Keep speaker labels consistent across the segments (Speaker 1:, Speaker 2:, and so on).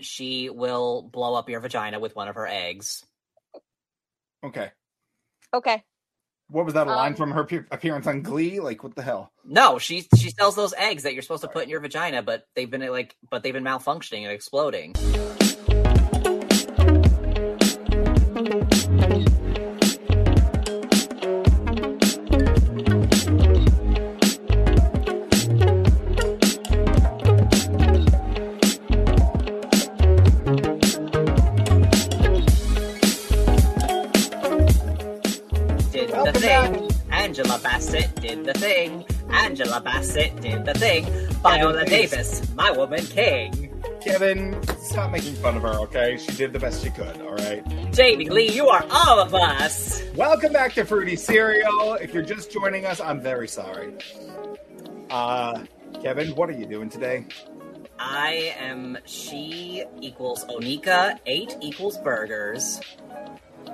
Speaker 1: she will blow up your vagina with one of her eggs.
Speaker 2: Okay.
Speaker 3: Okay.
Speaker 2: What was that a line
Speaker 3: Um,
Speaker 2: from her pe- appearance on Glee? Like, what the hell?
Speaker 1: No, she she sells those eggs that you're supposed to put in your vagina, but they've been like but they've been malfunctioning and exploding. Did the
Speaker 3: Welcome back.
Speaker 1: thing. Angela Bassett did the thing. Angela Bassett did the thing. Viola
Speaker 2: Davis.
Speaker 1: Davis, my woman king.
Speaker 2: Kevin, stop making fun of her, okay? She did the best she could, all right?
Speaker 1: Jamie Lee, you are all of us.
Speaker 2: Welcome back to Fruity Cereal. If you're just joining us, I'm very sorry. Uh, Kevin, what are you doing today?
Speaker 1: I am she equals Onika, eight equals burgers.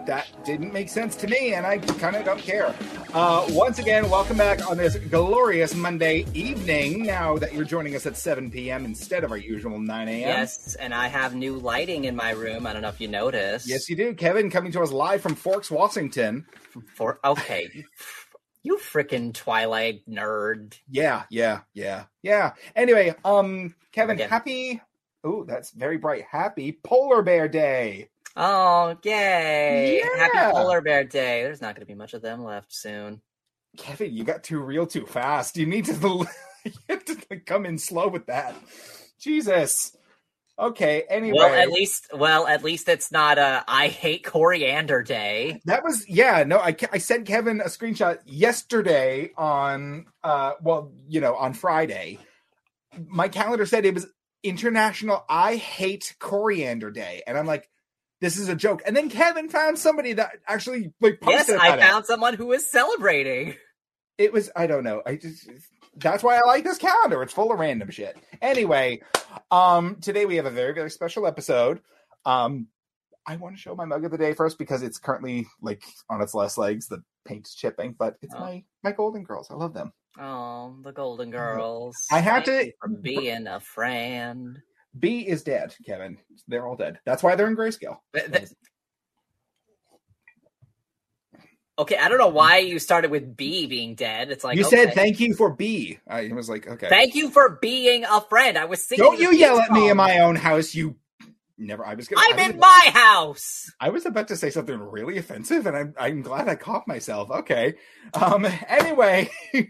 Speaker 2: That didn't make sense to me, and I kind of don't care. Uh, once again, welcome back on this glorious Monday evening. Now that you're joining us at 7 p.m. instead of our usual 9 a.m.
Speaker 1: Yes, and I have new lighting in my room. I don't know if you noticed.
Speaker 2: Yes, you do. Kevin coming to us live from Forks, Washington.
Speaker 1: For okay. you f- You freaking Twilight nerd.
Speaker 2: Yeah, yeah, yeah, yeah. Anyway, um, Kevin,
Speaker 1: Again.
Speaker 2: happy. Oh, that's very bright. Happy Polar Bear Day.
Speaker 1: Oh, yay.
Speaker 2: Yeah.
Speaker 1: Happy Polar Bear Day. There's not going to be much of them left soon.
Speaker 2: Kevin, you got too real too fast. You need to, you have to like, come in slow with that. Jesus. Okay. Anyway,
Speaker 1: Well, at least, well, at least it's not a I hate coriander day.
Speaker 2: that was yeah. No, I ca- I sent Kevin a screenshot yesterday on uh well you know on Friday. My calendar said it was International I Hate Coriander Day, and I'm like, this is a joke. And then Kevin found somebody that actually like
Speaker 1: Yes,
Speaker 2: posted
Speaker 1: I
Speaker 2: about it.
Speaker 1: found someone who is celebrating.
Speaker 2: it was I don't know. I just that's why I like this calendar. It's full of random shit. Anyway, um today we have a very very special episode. Um I want to show my mug of the day first because it's currently like on its last legs. The paint's chipping, but it's
Speaker 1: Oh.
Speaker 2: my my Golden Girls. I love them.
Speaker 1: Oh, the Golden Girls.
Speaker 2: Mm-hmm. I had
Speaker 1: Thank
Speaker 2: to-
Speaker 1: you for being a friend.
Speaker 2: B is dead, Kevin. They're all dead. That's why they're in grayscale.
Speaker 1: Th- th- Okay, I don't know why you started with B being dead. It's like
Speaker 2: you
Speaker 1: okay.
Speaker 2: said thank you for B. I was like, okay.
Speaker 1: Thank you for being a friend. I was singing.
Speaker 2: don't
Speaker 1: the
Speaker 2: you
Speaker 1: theme
Speaker 2: yell at me in
Speaker 1: song.
Speaker 2: my own house, you never I was gonna
Speaker 1: I'm
Speaker 2: I
Speaker 1: in
Speaker 2: was-
Speaker 1: my house.
Speaker 2: I was about to say something really offensive, and I'm I'm glad I caught myself. Okay. Um. Anyway,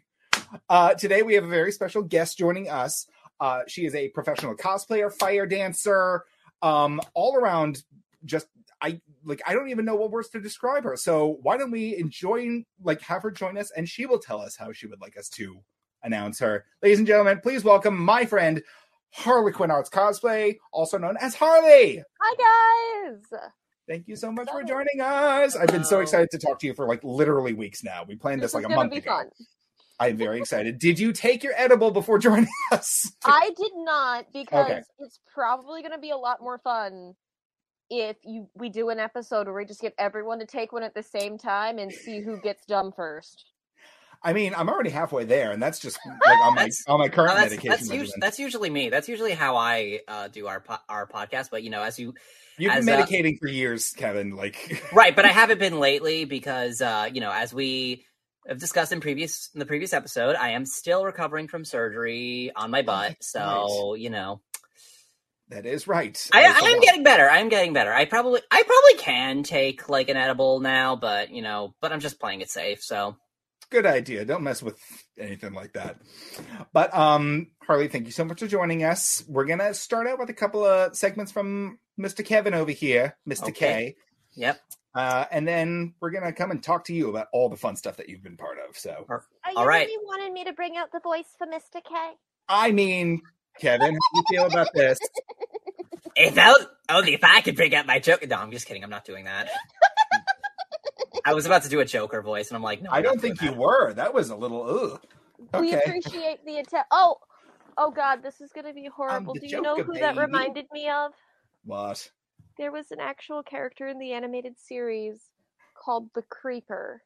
Speaker 2: uh, today we have a very special guest joining us. Uh, she is a professional cosplayer, fire dancer, um, all around. Just I like I don't even know what words to describe her. So why don't we enjoy like have her join us, and she will tell us how she would like us to announce her. Ladies and gentlemen, please welcome my friend Harlequin Arts Cosplay, also known as Harley.
Speaker 3: Hi guys.
Speaker 2: Thank you so much for joining us. I've been so
Speaker 1: Hello.
Speaker 2: excited to talk to you for like literally weeks now. We planned this,
Speaker 3: is
Speaker 2: like a
Speaker 3: gonna
Speaker 2: month
Speaker 3: be
Speaker 2: ago.
Speaker 3: fun.
Speaker 2: I'm very excited. Did you take your edible before joining us?
Speaker 3: I did not because it's probably gonna be a lot more fun if you we do an episode where we just get everyone to take one at the same time and see who gets dumb first.
Speaker 2: I mean, I'm already halfway there, and that's just like on my
Speaker 1: That's-
Speaker 2: on my current
Speaker 1: No, that's,
Speaker 2: medication.
Speaker 1: that's,
Speaker 2: regimen.
Speaker 1: usu- that's usually me. That's usually how I uh, do our po- our podcast. But you know, as you
Speaker 2: You've been
Speaker 1: as a-
Speaker 2: medicating for years, Kevin. Like,
Speaker 1: right but i haven't been lately because uh you know as we have discussed in previous in the previous episode i am still recovering from surgery on my butt
Speaker 2: that's
Speaker 1: so you know
Speaker 2: that is right.
Speaker 1: I,
Speaker 2: That is
Speaker 1: I
Speaker 2: a
Speaker 1: am
Speaker 2: lot.
Speaker 1: getting better i am getting better i probably i probably can take like an edible now but you know but i'm just playing it safe so
Speaker 2: good idea. Don't mess with anything like that. But um, Harley, thank you so much for joining us. We're gonna start out with a couple of segments from Mr. Kevin over here, Mr. K.
Speaker 1: Okay. yep
Speaker 2: Uh, and then we're gonna come and talk to you about all the fun stuff that you've been part of. So,
Speaker 4: Are you
Speaker 1: All right.
Speaker 4: really wanted me to bring out the voice for Mr. K?
Speaker 2: I mean, Kevin, how do you feel about this?
Speaker 1: if I, only if i could bring up my joke no i'm just kidding i'm not doing that i was about to do a joker voice and i'm like no
Speaker 2: I
Speaker 1: I'm not
Speaker 2: don't
Speaker 1: doing
Speaker 2: think
Speaker 1: that.
Speaker 2: you were. That was a little ugh.
Speaker 3: We
Speaker 2: Okay,
Speaker 3: appreciate the attempt. Oh, oh God, this is gonna be horrible.
Speaker 2: the
Speaker 3: Do you know
Speaker 2: Joker,
Speaker 3: who that
Speaker 2: baby.
Speaker 3: reminded me of?
Speaker 2: what?
Speaker 3: There was an actual character in the animated series called the Creeper.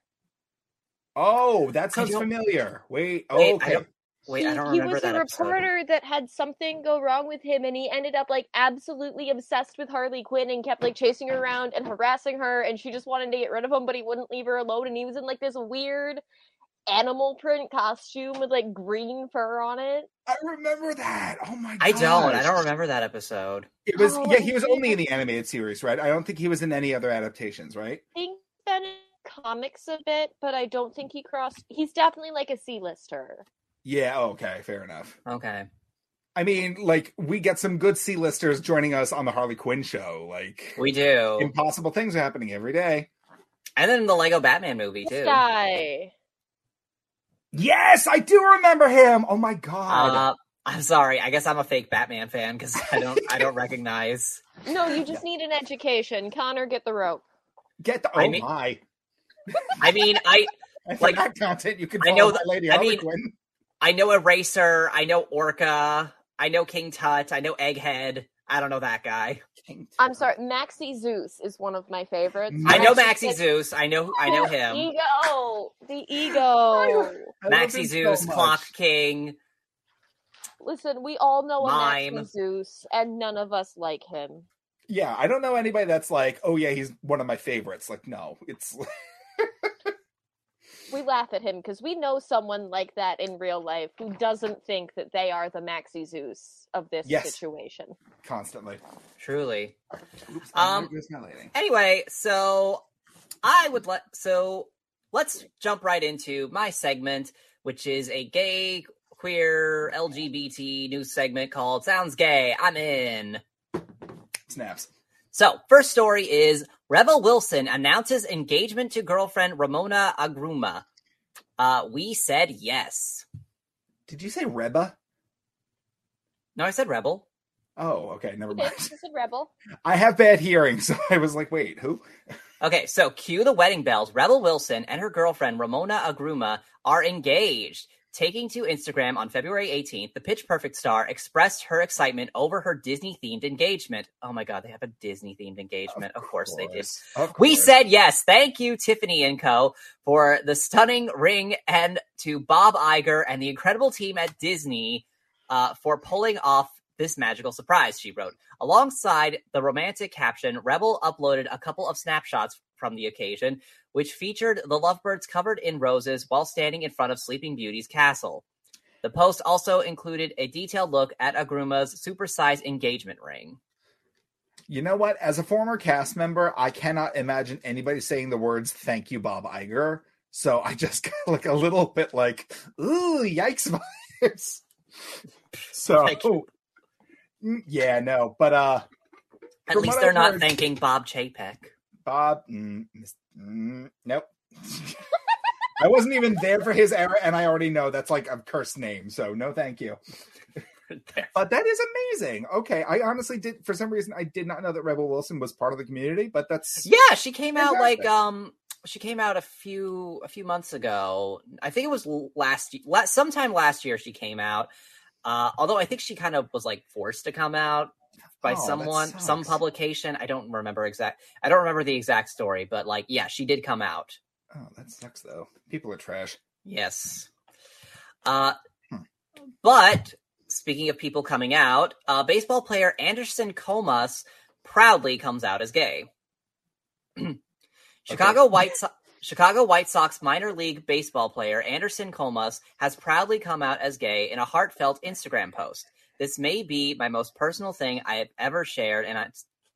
Speaker 2: Oh, that sounds
Speaker 1: don't-
Speaker 2: familiar. Wait, oh,
Speaker 1: Wait, I
Speaker 2: okay.
Speaker 1: don't- Wait,
Speaker 3: he,
Speaker 1: I don't
Speaker 3: he
Speaker 1: remember
Speaker 3: was
Speaker 1: that
Speaker 3: a
Speaker 1: episode.
Speaker 3: reporter that had something go wrong with him, and he ended up like absolutely obsessed with Harley Quinn and kept like chasing her around and harassing her, and she just wanted to get rid of him, but he wouldn't leave her alone, and he was in like this weird animal print costume with like green fur on it.
Speaker 2: I remember that. Oh my!
Speaker 1: I don't. I
Speaker 2: gosh.
Speaker 1: don't remember that episode.
Speaker 2: It was
Speaker 3: Oh,
Speaker 2: yeah. He was
Speaker 3: yeah.
Speaker 2: only in the animated series, right? I don't think he was in any other adaptations, right?
Speaker 3: I think he's been in comics a bit, but I don't think he crossed. He's definitely like a C-lister.
Speaker 2: Yeah. oh, Okay. Fair enough.
Speaker 1: Okay.
Speaker 2: I mean, like we get some good C listers joining us on the Harley Quinn show. Like
Speaker 1: We do.
Speaker 2: impossible things are happening every day.
Speaker 1: And then the Lego Batman movie
Speaker 3: This
Speaker 1: too.
Speaker 3: guy.
Speaker 2: Yes, I do remember him. Oh my god.
Speaker 1: Uh, I'm sorry. I guess I'm a fake Batman fan because I don't. I don't recognize.
Speaker 3: No, you just need an education. Connor, get the rope.
Speaker 2: Get the oh
Speaker 1: I mean-
Speaker 2: my.
Speaker 1: I mean, I
Speaker 2: And for
Speaker 1: like,
Speaker 2: that content, you can
Speaker 1: I
Speaker 2: follow
Speaker 1: know
Speaker 2: my
Speaker 1: that-
Speaker 2: Lady
Speaker 1: I
Speaker 2: Harley
Speaker 1: mean-
Speaker 2: Quinn.
Speaker 1: I know Eraser. I know Orca. I know King Tut. I know Egghead. I don't know that guy.
Speaker 3: I'm sorry, Maxi Zeus is one of my favorites.
Speaker 1: I know
Speaker 3: Maxi
Speaker 1: Maxi Zeus. I know. I know him.
Speaker 3: Ego, the ego.
Speaker 2: I love him
Speaker 1: Maxi
Speaker 2: so
Speaker 1: Zeus,
Speaker 2: much.
Speaker 1: Clock King.
Speaker 3: Listen, we all know a
Speaker 1: Mime.
Speaker 3: Maxi Zeus, and none of us like him.
Speaker 2: Yeah, I don't know anybody that's like, oh yeah, he's one of my favorites. Like, no, it's
Speaker 3: We laugh at him because we know someone like that in real life who doesn't think that they are the Maxi Zeus of this
Speaker 2: Yes.
Speaker 3: situation.
Speaker 2: constantly.
Speaker 1: Truly.
Speaker 2: Oops,
Speaker 1: Um,
Speaker 2: where's my lady?
Speaker 1: Anyway, so I would let so let's jump right into my segment, which is a gay, queer, LGBT news segment called "Sounds Gay." I'm in.
Speaker 2: Snaps.
Speaker 1: So, first story is Rebel Wilson announces engagement to girlfriend Ramona Agruma. Uh, we said yes.
Speaker 2: Did you say Reba?
Speaker 1: No, I said Rebel.
Speaker 2: Oh, okay, never
Speaker 3: Okay,
Speaker 2: mind.
Speaker 3: this is a rebel.
Speaker 2: I have bad hearing, so I was like, wait, who?
Speaker 1: Okay, so cue the wedding bells. Rebel Wilson and her girlfriend Ramona Agruma are engaged. Taking to Instagram on February 18th, the Pitch Perfect star expressed her excitement over her Disney themed engagement. Oh my God, they have a Disney themed engagement. Of, course they did.
Speaker 2: Of
Speaker 1: We
Speaker 2: course.
Speaker 1: said yes. Thank you, Tiffany and Co. for the stunning ring and to Bob Iger and the incredible team at Disney uh, for pulling off this magical surprise, she wrote. Alongside the romantic caption, Rebel uploaded a couple of snapshots from the occasion, which featured the lovebirds covered in roses while standing in front of Sleeping Beauty's castle. The post also included a detailed look at Agruma's supersized engagement ring.
Speaker 2: You know what? As a former cast member, I cannot imagine anybody saying the words "Thank you, Bob Iger." So I just got like a little bit like, "Ooh, yikes!" vibes. So
Speaker 1: Thank you.
Speaker 2: Mm, yeah, no, but uh,
Speaker 1: At
Speaker 2: From
Speaker 1: least
Speaker 2: what
Speaker 1: they're
Speaker 2: I've
Speaker 1: not
Speaker 2: heard-
Speaker 1: thanking Bob Chapek.
Speaker 2: Bob, mm, mis- mm, nope. I wasn't even there for his era, and I already know that's like a cursed name. So no, thank you. But that is amazing. Okay, I honestly did for some reason I did not know that Rebel Wilson was part of the community, but that's
Speaker 1: Yeah, she came out like
Speaker 2: Fantastic.
Speaker 1: um she came out a few a few months ago. I think it was l- last y- la- sometime last year she came out. Uh although I think she kind of was like forced to come out by
Speaker 2: Oh, that
Speaker 1: someone, some
Speaker 2: sucks.
Speaker 1: publication. I don't remember exact I don't remember the exact story, but like yeah, she did come out.
Speaker 2: Oh, that sucks though. People are trash.
Speaker 1: Yes. Uh,
Speaker 2: Hmm.
Speaker 1: But speaking of people coming out, uh, baseball player Anderson Comas proudly comes out as gay. Chicago White so- Chicago White Sox minor league baseball player Anderson Comas has proudly come out as gay in a heartfelt Instagram post. This may be my most personal thing I have ever shared, and I,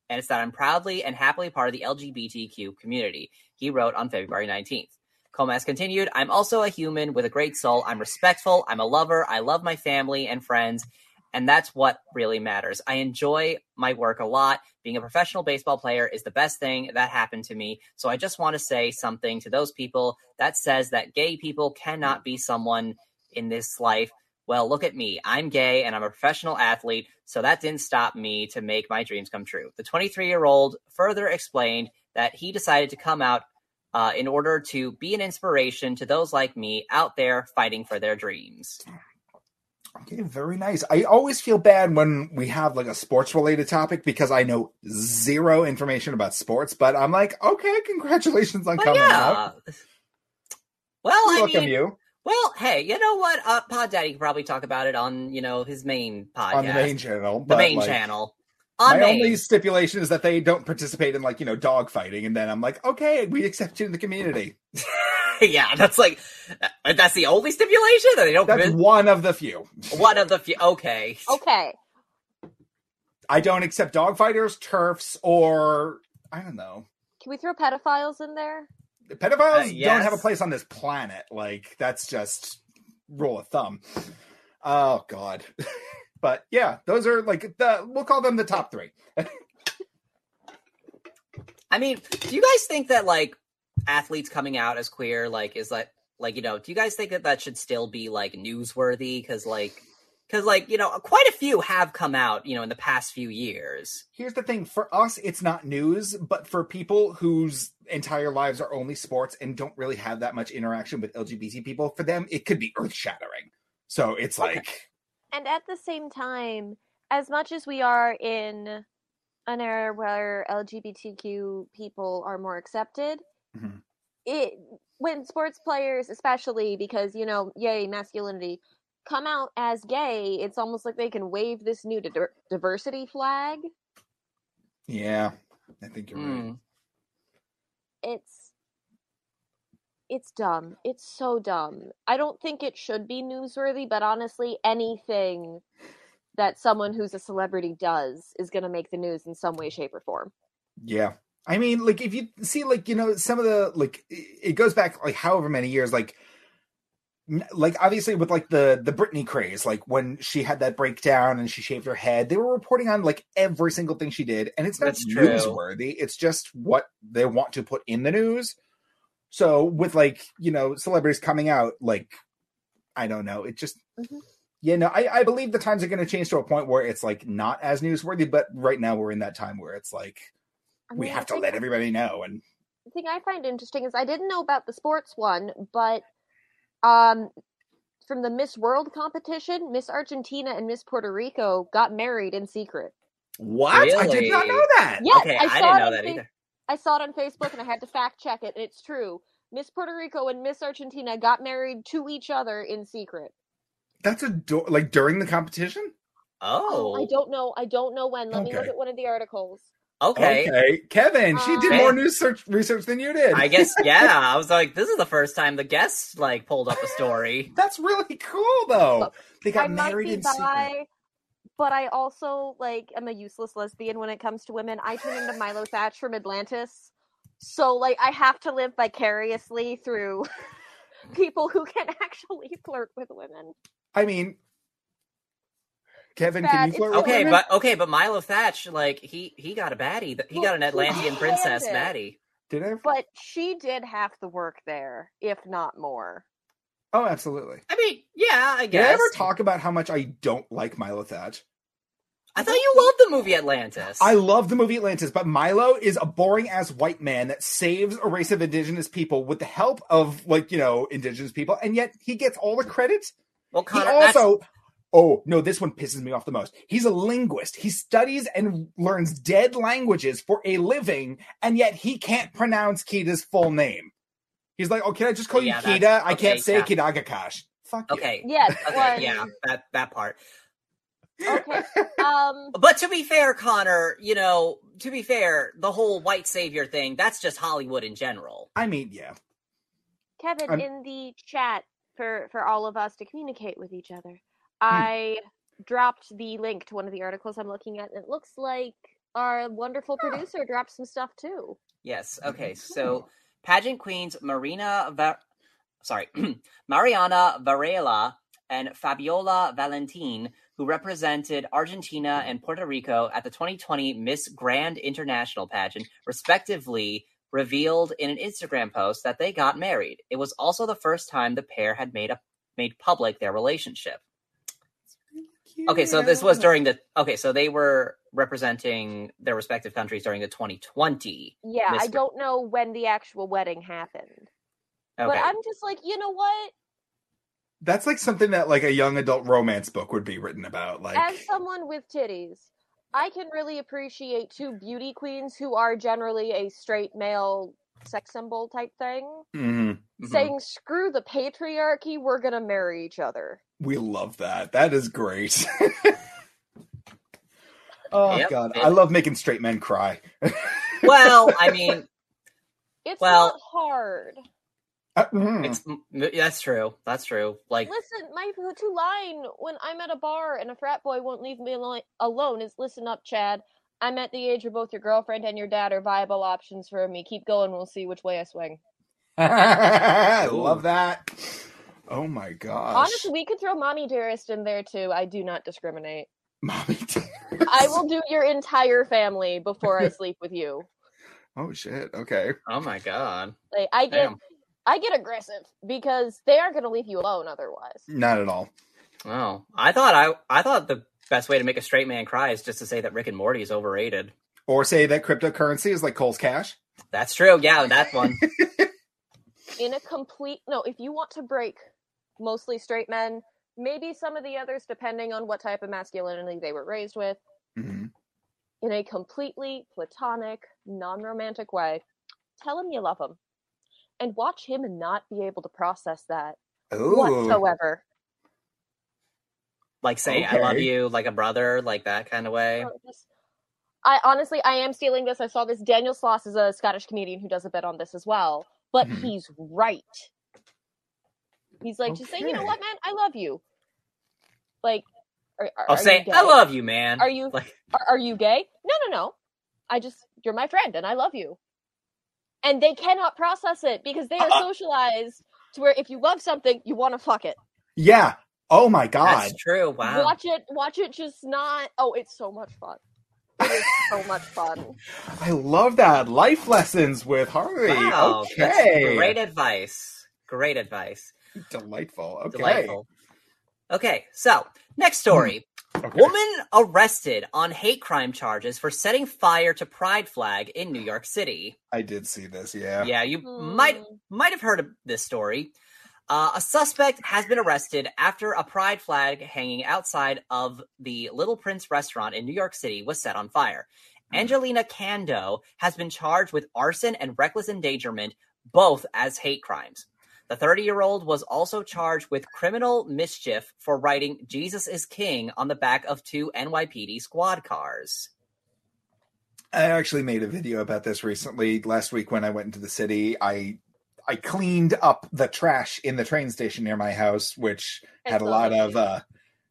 Speaker 1: and it's that I'm proudly and happily part of the LGBTQ community. He wrote on February 19th. Comas continued, I'm also a human with a great soul. I'm respectful. I'm a lover. I love my family and friends. And that's what really matters. I enjoy my work a lot. Being a professional baseball player is the best thing that happened to me. So I just want to say something to those people that says that gay people cannot be someone in this life. Well, look at me. I'm gay and I'm a professional athlete. So that didn't stop me to make my dreams come true. The 23 year old further explained that he decided to come out uh, in order to be an inspiration to those like me out there fighting for their dreams.
Speaker 2: Okay, very nice. I always feel bad when we have like a sports related topic because I know zero information about sports, but I'm like, okay, congratulations on
Speaker 1: But
Speaker 2: coming
Speaker 1: yeah.
Speaker 2: out.
Speaker 1: Well,
Speaker 2: We
Speaker 1: I
Speaker 2: welcome
Speaker 1: mean,
Speaker 2: you.
Speaker 1: Well, hey, you know what? Uh, Pod Daddy could probably talk about it on you know his main podcast,
Speaker 2: on the main channel.
Speaker 1: the
Speaker 2: but,
Speaker 1: main
Speaker 2: like,
Speaker 1: channel.
Speaker 2: My
Speaker 1: On main.
Speaker 2: only stipulation is that they don't participate in like you know dog fighting, and then I'm like, okay, we accept you in the community.
Speaker 1: yeah, that's like uh, that's the only stipulation that they don't.
Speaker 2: That's
Speaker 1: Commit-
Speaker 2: one of the few.
Speaker 1: one of the few. Okay.
Speaker 3: Okay.
Speaker 2: I don't accept dog fighters, turfs, or I don't know.
Speaker 3: Can we throw pedophiles in there?
Speaker 1: Uh,
Speaker 2: Pedophiles
Speaker 1: yes.
Speaker 2: don't have a place on this planet. Like that's just rule of thumb. Oh God. but yeah, those are like the we'll call them the top three.
Speaker 1: I mean, do you guys think that like athletes coming out as queer like is like like you know, do you guys think that that should still be like newsworthy cuz like cuz like, you know, quite a few have come out, you know, in the past few years.
Speaker 2: Here's the thing for us, it's not news, but for people whose entire lives are only sports and don't really have that much interaction with LGBT people, for them, it could be earth shattering. So it's
Speaker 1: Okay.
Speaker 2: like,
Speaker 3: And at the same time, as much as we are in an era where LGBTQ people are more accepted,
Speaker 2: Mhm.
Speaker 3: it when sports players, especially because you know, yay masculinity, come out as gay, it's almost like they can wave this new di- diversity flag.
Speaker 2: yeah, I think you're right.
Speaker 1: Mm.
Speaker 3: It's it's dumb. It's so dumb. I don't think it should be newsworthy, but honestly, anything that someone who's a celebrity does is going to make the news in some way, shape, or form.
Speaker 2: Yeah. I mean, like, if you see, like, you know, some of the, like, i- it goes back, like, however many years, like, n- like obviously with like the the Britney craze, like when she had that breakdown and she shaved her head, they were reporting on like every single thing she did, and it's not
Speaker 1: That's true.
Speaker 2: newsworthy. It's just what they want to put in the news. So with like you know celebrities coming out, like I don't know, it just
Speaker 3: Mhm.
Speaker 2: yeah no, I I believe the times are going to change to a point where it's like not as newsworthy, but right now we're in that time where it's like
Speaker 3: I
Speaker 2: we
Speaker 3: mean,
Speaker 2: have
Speaker 3: the
Speaker 2: to
Speaker 3: thing-
Speaker 2: let everybody know and
Speaker 3: The thing I find interesting is I didn't know about the sports one, but um, from the Miss World competition, Miss Argentina and Miss Puerto Rico got married in secret.
Speaker 2: what I did not
Speaker 1: Really?
Speaker 2: know that.
Speaker 3: Yes,
Speaker 1: okay,
Speaker 3: I
Speaker 1: I,
Speaker 3: saw
Speaker 1: didn't
Speaker 3: it
Speaker 1: know
Speaker 3: on
Speaker 1: that
Speaker 3: Fa-
Speaker 1: either.
Speaker 3: I saw it on Facebook and I had to fact check it, and it's true. Miss Puerto Rico and Miss Argentina got married to each other in secret.
Speaker 2: That's a do- like during the competition.
Speaker 1: Oh.
Speaker 3: I don't know. I don't know when. Let me look
Speaker 2: Okay.
Speaker 3: at one of the articles.
Speaker 1: okay.
Speaker 2: Kevin, she did
Speaker 1: Uh,
Speaker 2: more news search research than you did.
Speaker 1: I guess yeah. I was like this is the first time the guests like pulled up a story.
Speaker 2: That's really cool, though. They got
Speaker 3: I might
Speaker 2: married
Speaker 3: be
Speaker 2: in secret.
Speaker 3: bi, but I also like am a useless lesbian when it comes to women. I turn into Milo Thatch from Atlantis, so like I have to live vicariously through people who can actually flirt with women.
Speaker 2: I mean, Kevin,
Speaker 3: Bad.
Speaker 2: can you
Speaker 3: It's
Speaker 2: flirt with
Speaker 1: Okay,
Speaker 2: women?
Speaker 1: but okay, but Milo Thatch like he he got a baddie. He got an
Speaker 3: Well, he
Speaker 1: Atlantean princess
Speaker 3: landed.
Speaker 1: baddie.
Speaker 2: did I?
Speaker 3: But she did half the work there, if not more.
Speaker 2: Oh, absolutely.
Speaker 1: I mean, yeah, I
Speaker 2: Did I
Speaker 1: guess.
Speaker 2: ever talk about how much I don't like Milo Thatch?
Speaker 1: I thought you loved the movie Atlantis.
Speaker 2: I love the movie Atlantis, but Milo is a boring ass white man that saves a race of indigenous people with the help of like you know indigenous people, and yet he gets all the credit
Speaker 1: well,
Speaker 2: He
Speaker 1: Connor, that's-
Speaker 2: also, oh no, this one pisses me off the most. He's a linguist. He studies and learns dead languages for a living, and yet he can't pronounce Kita's full name. He's like, oh, can I just call
Speaker 1: Yeah,
Speaker 2: you
Speaker 1: that's-
Speaker 2: Kita? I
Speaker 1: okay,
Speaker 2: can't say
Speaker 1: yeah.
Speaker 2: Kidagakash. Fuck you.
Speaker 1: okay.
Speaker 3: Yes,
Speaker 1: Okay,
Speaker 3: one.
Speaker 1: yeah, that that part.
Speaker 3: Okay. Um.
Speaker 1: But to be fair, Connor, you know, to be fair, the whole white savior thing—that's just Hollywood in general.
Speaker 2: I mean, yeah.
Speaker 3: Kevin,
Speaker 2: I'm-
Speaker 3: in the chat for for all of us to communicate with each other,
Speaker 2: Hmm.
Speaker 3: I dropped the link to one of the articles I'm looking at, and it looks like our wonderful producer dropped some stuff too.
Speaker 1: Yes. Okay. So, pageant queens Marina, Var- sorry, Mariana Varela and Fabiola Valentin, who represented Argentina and Puerto Rico at the 2020 Miss Grand International pageant, respectively, revealed in an Instagram post that they got married. It was also the first time the pair had made a made public their relationship. Okay, so this was during the okay, so they were representing their respective countries during the 2020.
Speaker 3: Yeah, I
Speaker 1: Mister-
Speaker 3: don't know when the actual wedding happened,
Speaker 1: Okay.
Speaker 3: but I'm just like, you know what?
Speaker 2: That's like something that like a young adult romance book would be written about. Like,
Speaker 3: As someone with titties, I can really appreciate two beauty queens who are generally a straight male sex symbol type thing.
Speaker 2: mhm.
Speaker 1: Mhm.
Speaker 3: saying, "Screw the patriarchy, we're gonna marry each other."
Speaker 2: We love that. That is great. oh
Speaker 1: Yep.
Speaker 2: god, I love making straight men cry.
Speaker 1: well, I mean,
Speaker 3: It's
Speaker 1: Well-
Speaker 3: not hard.
Speaker 2: Uh, mm.
Speaker 1: it's m- that's true. That's true. Like,
Speaker 3: Listen, my go-to line when I'm at a bar and a frat boy won't leave me alo- alone is, "Listen up, Chad. I'm at the age where both your girlfriend and your dad are viable options for me. Keep going. We'll see which way I swing."
Speaker 2: I love that. Oh my gosh.
Speaker 3: Honestly, we could throw "Mommy Dearest" in there too. I do not discriminate.
Speaker 2: Mommy
Speaker 3: I will do your entire family before I sleep with you.
Speaker 2: Oh shit. Okay.
Speaker 1: oh my god,
Speaker 3: Like I get,
Speaker 1: Damn.
Speaker 3: I get aggressive because they aren't going to leave you alone otherwise.
Speaker 2: Not at all.
Speaker 1: oh, I thought I, I thought the best way to make a straight man cry is just to say that Rick and Morty is overrated.
Speaker 2: Or say that cryptocurrency is like Cole's cash.
Speaker 1: That's true. Yeah, that one.
Speaker 3: In a complete no, if you want to break mostly straight men, maybe some of the others, depending on what type of masculinity they were raised with,
Speaker 2: Mhm.
Speaker 3: in a completely platonic, non-romantic way, tell him you love him, and watch him not be able to process that
Speaker 2: Ooh.
Speaker 3: whatsoever.
Speaker 1: Like saying "I love
Speaker 2: Okay.
Speaker 1: you" like a brother, like that kind of way.
Speaker 3: Oh, this- I honestly, I am stealing this. I saw this. Daniel Sloss is a Scottish comedian who does a bit on this as well, but
Speaker 1: Mm-hmm.
Speaker 2: Mhm.
Speaker 3: he's right. He's like, just say, you know
Speaker 2: Okay.
Speaker 3: what, man, I love you. Like, are, are,
Speaker 1: I'll
Speaker 3: are
Speaker 1: Oh, say
Speaker 3: you gay?
Speaker 1: "I love you, man."
Speaker 3: Are you
Speaker 1: like
Speaker 3: are, are you gay? No, no, no. I just you're my friend and I love you. And they cannot process it because they are
Speaker 2: Uh-uh.
Speaker 3: socialized to where if you love something, you want to fuck it.
Speaker 2: Yeah. Oh my god.
Speaker 1: that's true. Wow.
Speaker 3: Watch it, watch it, just not. Oh, it's so much fun. It is so much fun.
Speaker 2: I love that. Life lessons with Harley.
Speaker 1: Wow, that's
Speaker 2: okay.
Speaker 1: great advice. Great advice.
Speaker 2: Delightful. Okay.
Speaker 1: Delightful. Okay, so next story.
Speaker 2: Okay.
Speaker 1: Woman arrested on hate crime charges for setting fire to pride flag in New York City.
Speaker 2: I did see this, yeah.
Speaker 1: Yeah, you might
Speaker 3: Hmm.
Speaker 1: might have heard of this story. Uh, a suspect has been arrested after a pride flag hanging outside of the Little Prince restaurant in New York City was set on fire.
Speaker 2: Hmm.
Speaker 1: Angelina Kando has been charged with arson and reckless endangerment, both as hate crimes. The 30 year old was also charged with criminal mischief for writing Jesus is King on the back of two NYPD squad cars.
Speaker 2: I actually made a video about this recently. Last week when I went into the city, I I cleaned up the trash in the train station near my house, which
Speaker 3: I
Speaker 2: had a
Speaker 3: saw
Speaker 2: lot
Speaker 3: that
Speaker 2: of
Speaker 3: too.
Speaker 2: uh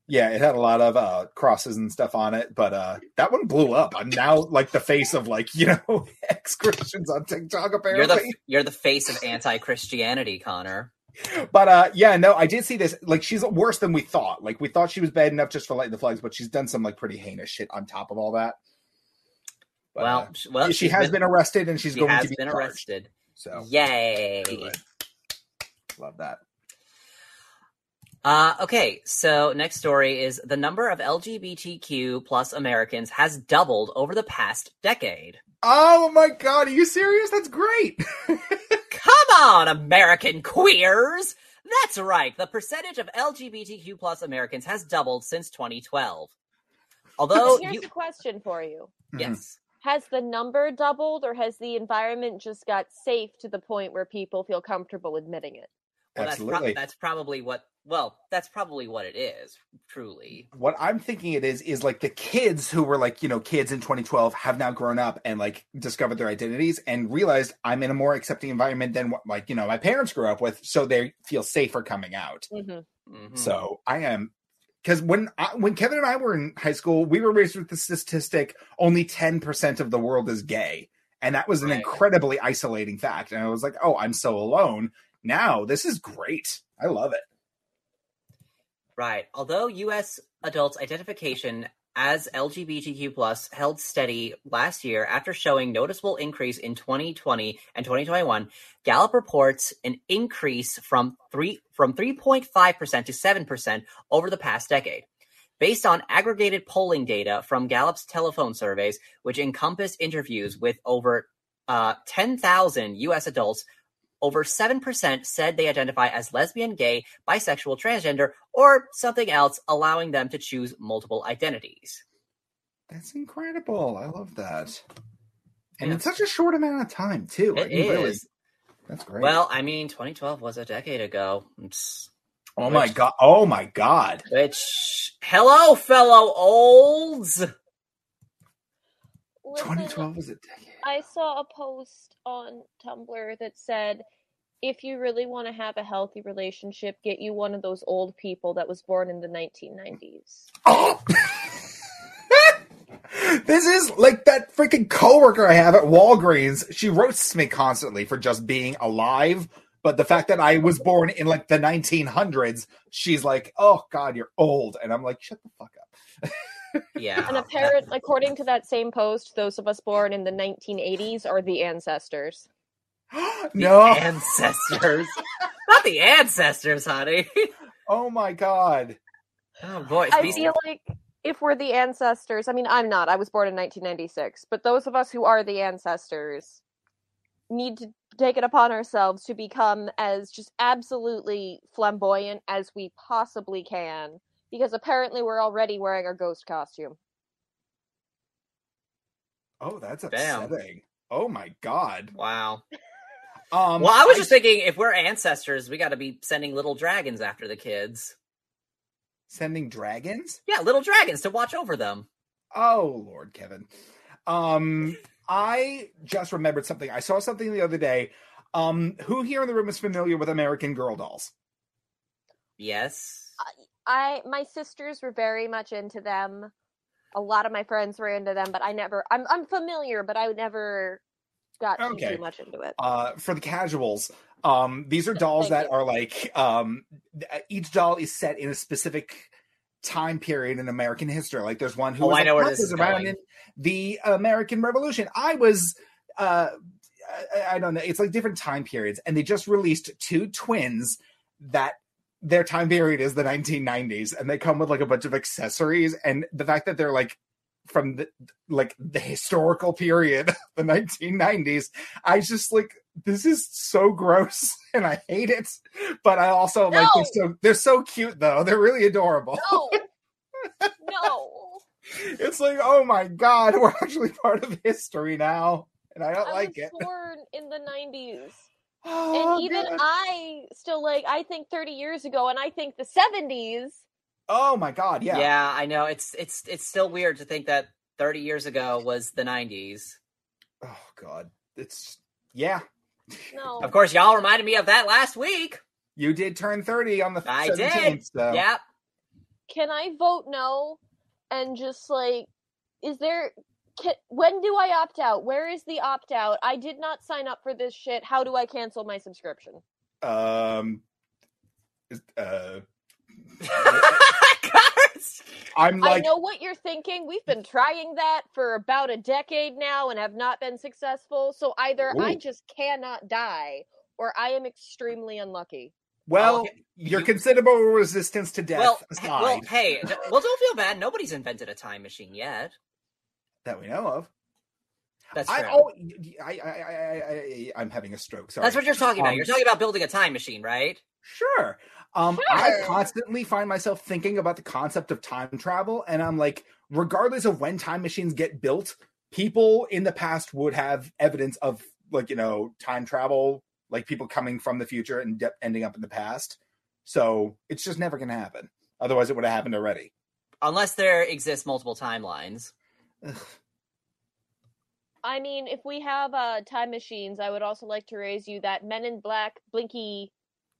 Speaker 2: yeah, it had a lot of uh crosses and stuff on it, but uh that one blew up. I'm now like the face of like, you know, ex Christians on TikTok
Speaker 1: You're
Speaker 2: apparently.
Speaker 1: the, you're the face of anti Christianity, Connor.
Speaker 2: But uh yeah, no, I did see this. Like she's worse than we thought. Like we thought she was bad enough just for lighting the flags, but she's done some like pretty heinous shit on top of all that. But,
Speaker 1: Well,
Speaker 2: uh,
Speaker 1: sh- well,
Speaker 2: she
Speaker 1: she's
Speaker 2: has been, arrested and she's
Speaker 1: she
Speaker 2: going
Speaker 1: has
Speaker 2: to be
Speaker 1: been
Speaker 2: charged.
Speaker 1: arrested.
Speaker 2: So
Speaker 1: Yay!
Speaker 2: good. love that.
Speaker 1: Uh, okay, so next story is the number of LGBTQ plus Americans has doubled over the past decade.
Speaker 2: Oh my god, are you serious? That's great.
Speaker 1: Come on, American queers! That's right, the percentage of LGBTQ plus Americans has doubled since 2012. Although
Speaker 3: So here's
Speaker 1: you,
Speaker 3: a question for you.
Speaker 1: yes,
Speaker 3: Has the number doubled or has the environment just got safe to the point where people feel comfortable admitting it?
Speaker 1: well, that's, prob-
Speaker 2: Hmm. Absolutely.
Speaker 1: that's probably what. Well, that's probably what it is. Truly,
Speaker 2: what I'm thinking it is is like the kids who were like, you know, kids in 2012 have now grown up and like discovered their identities and realized I'm in a more accepting environment than what like, you know, my parents grew up with, so they feel safer coming out.
Speaker 1: Mhm.
Speaker 2: So I am because when I, when Kevin and I were in high school, we were raised with the statistic only ten percent of the world is gay, and that was an
Speaker 1: Right.
Speaker 2: incredibly isolating fact. And I was like, oh, I'm so alone. Now this is great. I love it.
Speaker 1: Right. Although U.S. adults' identification as LGBTQ plus held steady last year after showing noticeable increase in 2020 and 2021, Gallup reports an increase from three from 3.5 percent to 7 percent over the past decade. Based on aggregated polling data from Gallup's telephone surveys, which encompassed interviews with over uh, 10,000 U.S. adults, over 7% said they identify as lesbian, gay, bisexual, transgender, or something else, allowing them to choose multiple identities.
Speaker 2: That's incredible. I love that. And
Speaker 1: Yeah.
Speaker 2: in such a short amount of time too.
Speaker 1: It
Speaker 2: I mean, really.
Speaker 1: is.
Speaker 2: That's great.
Speaker 1: Well, I mean, 2012 was a decade ago. It's-
Speaker 2: oh my god. Oh my god.
Speaker 1: Which, hello, fellow olds.
Speaker 3: Listen,
Speaker 2: 2012 was a decade.
Speaker 3: I saw a post on Tumblr that said, if you really want to have a healthy relationship, get you one of those old people that was born in the 1990s.
Speaker 2: Oh! this is like that freaking coworker I have at Walgreens. She roasts me constantly for just being alive, but the fact that I was born in like the 1900s, she's like, "Oh God, you're old," and I'm like, "Shut the fuck up."
Speaker 1: Yeah.
Speaker 3: And apparent, according to that same post, those of us born in the 1980s are the ancestors.
Speaker 2: no.
Speaker 1: Ancestors. Not the ancestors, honey.
Speaker 2: Oh my God.
Speaker 1: Oh, boy.
Speaker 3: I
Speaker 1: these-
Speaker 3: feel like if we're the ancestors, I mean, I'm not. I was born in 1996, but those of us who are the ancestors need to take it upon ourselves to become as just absolutely flamboyant as we possibly can, because apparently we're already wearing our ghost costume.
Speaker 2: Oh, that's
Speaker 1: Damn.
Speaker 2: upsetting. Oh my God.
Speaker 1: wow.
Speaker 2: Um,
Speaker 1: well, I was just thinking if we're ancestors, we got to be sending little dragons after the kids.
Speaker 2: sending dragons.
Speaker 1: Yeah, little dragons to watch over them.
Speaker 2: Oh Lord, Kevin. Um, I just remembered something. I saw something the other day. Um, who here in the room is familiar with American Girl dolls?
Speaker 1: Yes.
Speaker 3: I my sisters were very much into them. A lot of my friends were into them, but I never. I'm I'm familiar, but I never got too-
Speaker 2: Okay.
Speaker 3: too much into it.
Speaker 2: Uh, for the casuals, um, these are dolls
Speaker 3: thank
Speaker 2: that are like um, th- each doll is set in a specific time period in American history. Like there's one who
Speaker 1: Oh,
Speaker 2: was
Speaker 1: I
Speaker 2: like,
Speaker 1: know where
Speaker 2: "I
Speaker 1: this
Speaker 2: was
Speaker 1: is
Speaker 2: around
Speaker 1: going."
Speaker 2: in the American Revolution. I was. Uh, I, I don't know. It's like different time periods, and they just released two twins that their time period is the 1990s, and they come with like a bunch of accessories, and the fact that they're like from the like the historical period, the 1990s. I just like this is so gross, and I hate it. But I also like they're so they're so cute though. They're really adorable.
Speaker 3: No, no.
Speaker 2: It's like oh my god, we're actually part of history now, and I don't
Speaker 3: I
Speaker 2: like
Speaker 3: was
Speaker 2: it.
Speaker 3: born in the '90s,
Speaker 2: Oh,
Speaker 3: and even
Speaker 2: God.
Speaker 3: I still like. I think 30 years ago, and I think the '70s.
Speaker 2: oh my god, yeah.
Speaker 1: Yeah, I know. It's it's it's still weird to think that 30 years ago was the 90s.
Speaker 2: Oh god, it's yeah.
Speaker 3: No,
Speaker 1: Of course, y'all reminded me of that last week.
Speaker 2: You did turn thirty on the
Speaker 1: I did.
Speaker 2: 17th, so
Speaker 1: Yep.
Speaker 3: can I vote no? And just like, is there? Can, when do I opt out? Where is the opt out? I did not sign up for this shit. How do I cancel my subscription?
Speaker 2: um, is- uh,
Speaker 1: Cards.
Speaker 2: I'm
Speaker 3: I
Speaker 2: like
Speaker 3: know what you're thinking. We've been trying that for about a decade now and have not been successful. So either I
Speaker 2: Ooh.
Speaker 3: just cannot die or I am extremely unlucky.
Speaker 2: Well,
Speaker 1: Okay.
Speaker 2: your
Speaker 1: You-
Speaker 2: considerable resistance to death
Speaker 1: Well, he-
Speaker 2: aside,
Speaker 1: well, hey, d- well, don't feel bad. Nobody's invented a time machine yet.
Speaker 2: that we know of.
Speaker 1: That's
Speaker 2: I,
Speaker 1: true.
Speaker 2: oh, I, I, I, I, I, am having a stroke. Sorry.
Speaker 1: That's what you're talking about.
Speaker 2: Um,
Speaker 1: you're talking about building a time machine, right?
Speaker 2: Sure. Um, I
Speaker 3: Sure.
Speaker 2: constantly find myself thinking about the concept of time travel, and I'm like, regardless of when time machines get built, people in the past would have evidence of like you know time travel, like people coming from the future and de- ending up in the past. So it's just never going to happen. Otherwise, it would have happened already.
Speaker 1: Unless there exist multiple timelines.
Speaker 3: I mean, if we have uh, time machines, I would also like to raise you that Men in Black blinky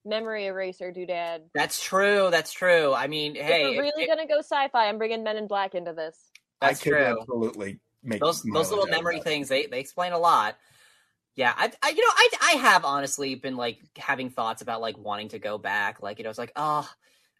Speaker 3: memory eraser doodad.
Speaker 1: That's true. That's true. I mean,
Speaker 3: if
Speaker 1: hey,
Speaker 3: we're
Speaker 1: it-
Speaker 3: really
Speaker 1: it-
Speaker 3: gonna go sci-fi, I'm bringing Men in Black into this.
Speaker 1: that's
Speaker 2: I could
Speaker 1: true.
Speaker 2: absolutely make
Speaker 1: those
Speaker 2: mileage
Speaker 1: those little
Speaker 2: out of
Speaker 1: memory
Speaker 2: that.
Speaker 1: things they they explain a lot. Yeah, I, I you know I I have honestly been like having thoughts about like wanting to go back. Like you know, it's like oh,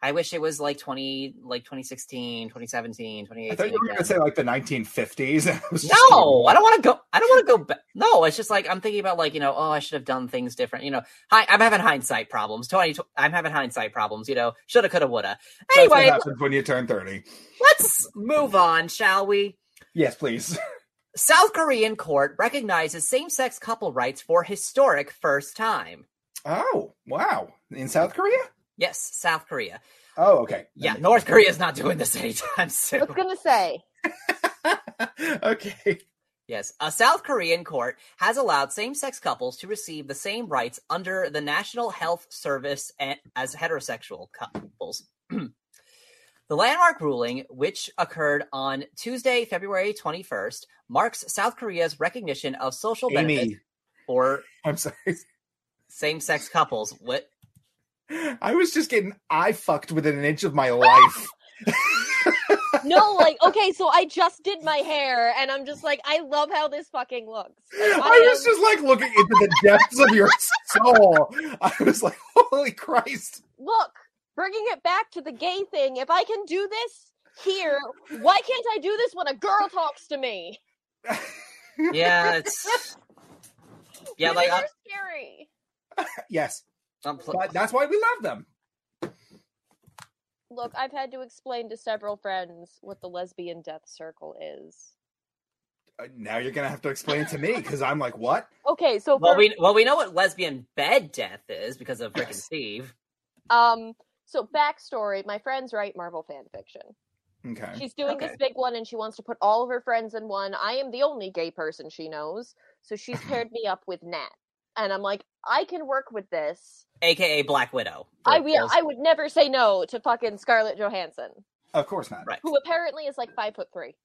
Speaker 1: I wish it was like twenty like 2016, 2017,
Speaker 2: I
Speaker 1: 2018.
Speaker 2: thought you were going to
Speaker 1: again.
Speaker 2: say like the 1950s. I was just
Speaker 1: No,
Speaker 2: like-
Speaker 1: I don't want to go. I don't want to go back. No, it's just like I'm thinking about like you know, oh, I should have done things different. You know, hi, I'm having hindsight problems. Twenty, tw- I'm having hindsight problems. You know, shoulda, coulda, woulda.
Speaker 2: That's what
Speaker 1: Anyway,
Speaker 2: happens when you turn 30.
Speaker 1: let's move on, shall we?
Speaker 2: Yes, please.
Speaker 1: South Korean court recognizes same-sex couple rights for historic first time.
Speaker 2: Oh, wow. In South Korea?
Speaker 1: Yes, South Korea.
Speaker 2: Oh, okay.
Speaker 1: Yeah, North Korea's not doing this anytime
Speaker 3: I
Speaker 1: soon.
Speaker 3: was gonna say,
Speaker 2: okay.
Speaker 1: Yes. A South Korean court has allowed same sex couples to receive the same rights under the National Health Service a- as heterosexual couples. the landmark ruling, which occurred on Tuesday, February 21st, marks South Korea's recognition of social benefits
Speaker 2: Amy,
Speaker 1: for
Speaker 2: I'm sorry.
Speaker 1: same sex couples. What?
Speaker 2: I was just getting I fucked within an inch of my life.
Speaker 3: No, like okay, so I just did my hair, and I'm just like, I love how this fucking looks. Like,
Speaker 2: I was
Speaker 3: am-
Speaker 2: just like looking into the depths of your soul. I was like, holy Christ.
Speaker 3: look, bringing it back to the gay thing. If I can do this here, why can't I do this when a girl talks to me?
Speaker 1: Yeah, it's. Yeah,
Speaker 3: Women
Speaker 1: like uh,
Speaker 3: are
Speaker 1: un-
Speaker 3: scary.
Speaker 2: Yes,
Speaker 1: unpl-
Speaker 2: but that's why we love them.
Speaker 3: Look, I've had to explain to several friends what the lesbian death circle is.
Speaker 2: Uh, Now you're going to have to explain it to me because I'm like, what?
Speaker 3: Okay, so
Speaker 1: well,
Speaker 3: for-
Speaker 1: we well we know what lesbian bed death is because of Rick and Steve.
Speaker 3: um, so backstory: my friends write Marvel fan fiction.
Speaker 2: Okay.
Speaker 3: She's doing
Speaker 1: Okay.
Speaker 3: this big one and she wants to put all of her friends in one. I am the only gay person she knows. So she's paired me up with Nat. And I'm like, I can work with this.
Speaker 1: aka Black Widow.
Speaker 3: I,
Speaker 1: For
Speaker 3: will-
Speaker 1: those-
Speaker 3: I would never say no to fucking Scarlett Johansson,
Speaker 2: Of course not.
Speaker 1: right.
Speaker 3: who apparently is like five foot three.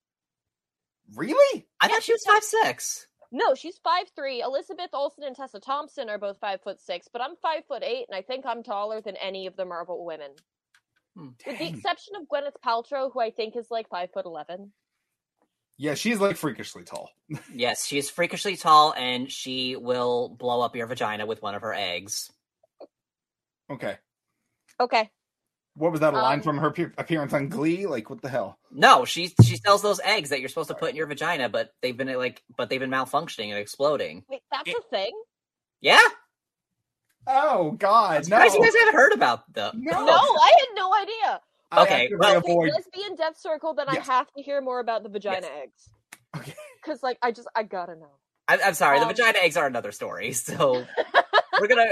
Speaker 2: Really?
Speaker 1: I thought she was five six.
Speaker 3: No, she's five three. Elizabeth Olsen and Tessa Thompson are both five foot six, but I'm five foot eight, and I think I'm taller than any of the Marvel women, with the
Speaker 2: Dang.
Speaker 3: exception of Gwyneth Paltrow, who I think is like five foot eleven.
Speaker 2: Yeah, she's like freakishly tall.
Speaker 1: Yes, she is freakishly tall, and she will blow up your vagina with one of her eggs.
Speaker 2: Okay.
Speaker 3: Okay,
Speaker 2: What was that a line
Speaker 3: Um,
Speaker 2: from her pe- appearance on Glee? Like, what the hell?
Speaker 1: No, she she sells those eggs that you're supposed to put in your vagina, but they've been like, but they've been malfunctioning and exploding.
Speaker 3: wait, that's
Speaker 1: It-
Speaker 3: a thing.
Speaker 1: Yeah,
Speaker 2: Oh God, no!
Speaker 1: Surprised you guys haven't heard about Oh, them.
Speaker 2: No.
Speaker 3: No, I had no idea.
Speaker 2: I
Speaker 1: Okay,
Speaker 2: actively
Speaker 1: well-
Speaker 3: okay,
Speaker 2: avoid.
Speaker 3: lesbian death circle, then
Speaker 2: Yes.
Speaker 3: I have to hear more about the vagina eggs.
Speaker 2: Okay.
Speaker 3: Because, like, I just, I gotta know.
Speaker 1: I, I'm sorry, the
Speaker 3: Um,
Speaker 1: vagina eggs are another story. So we're gonna.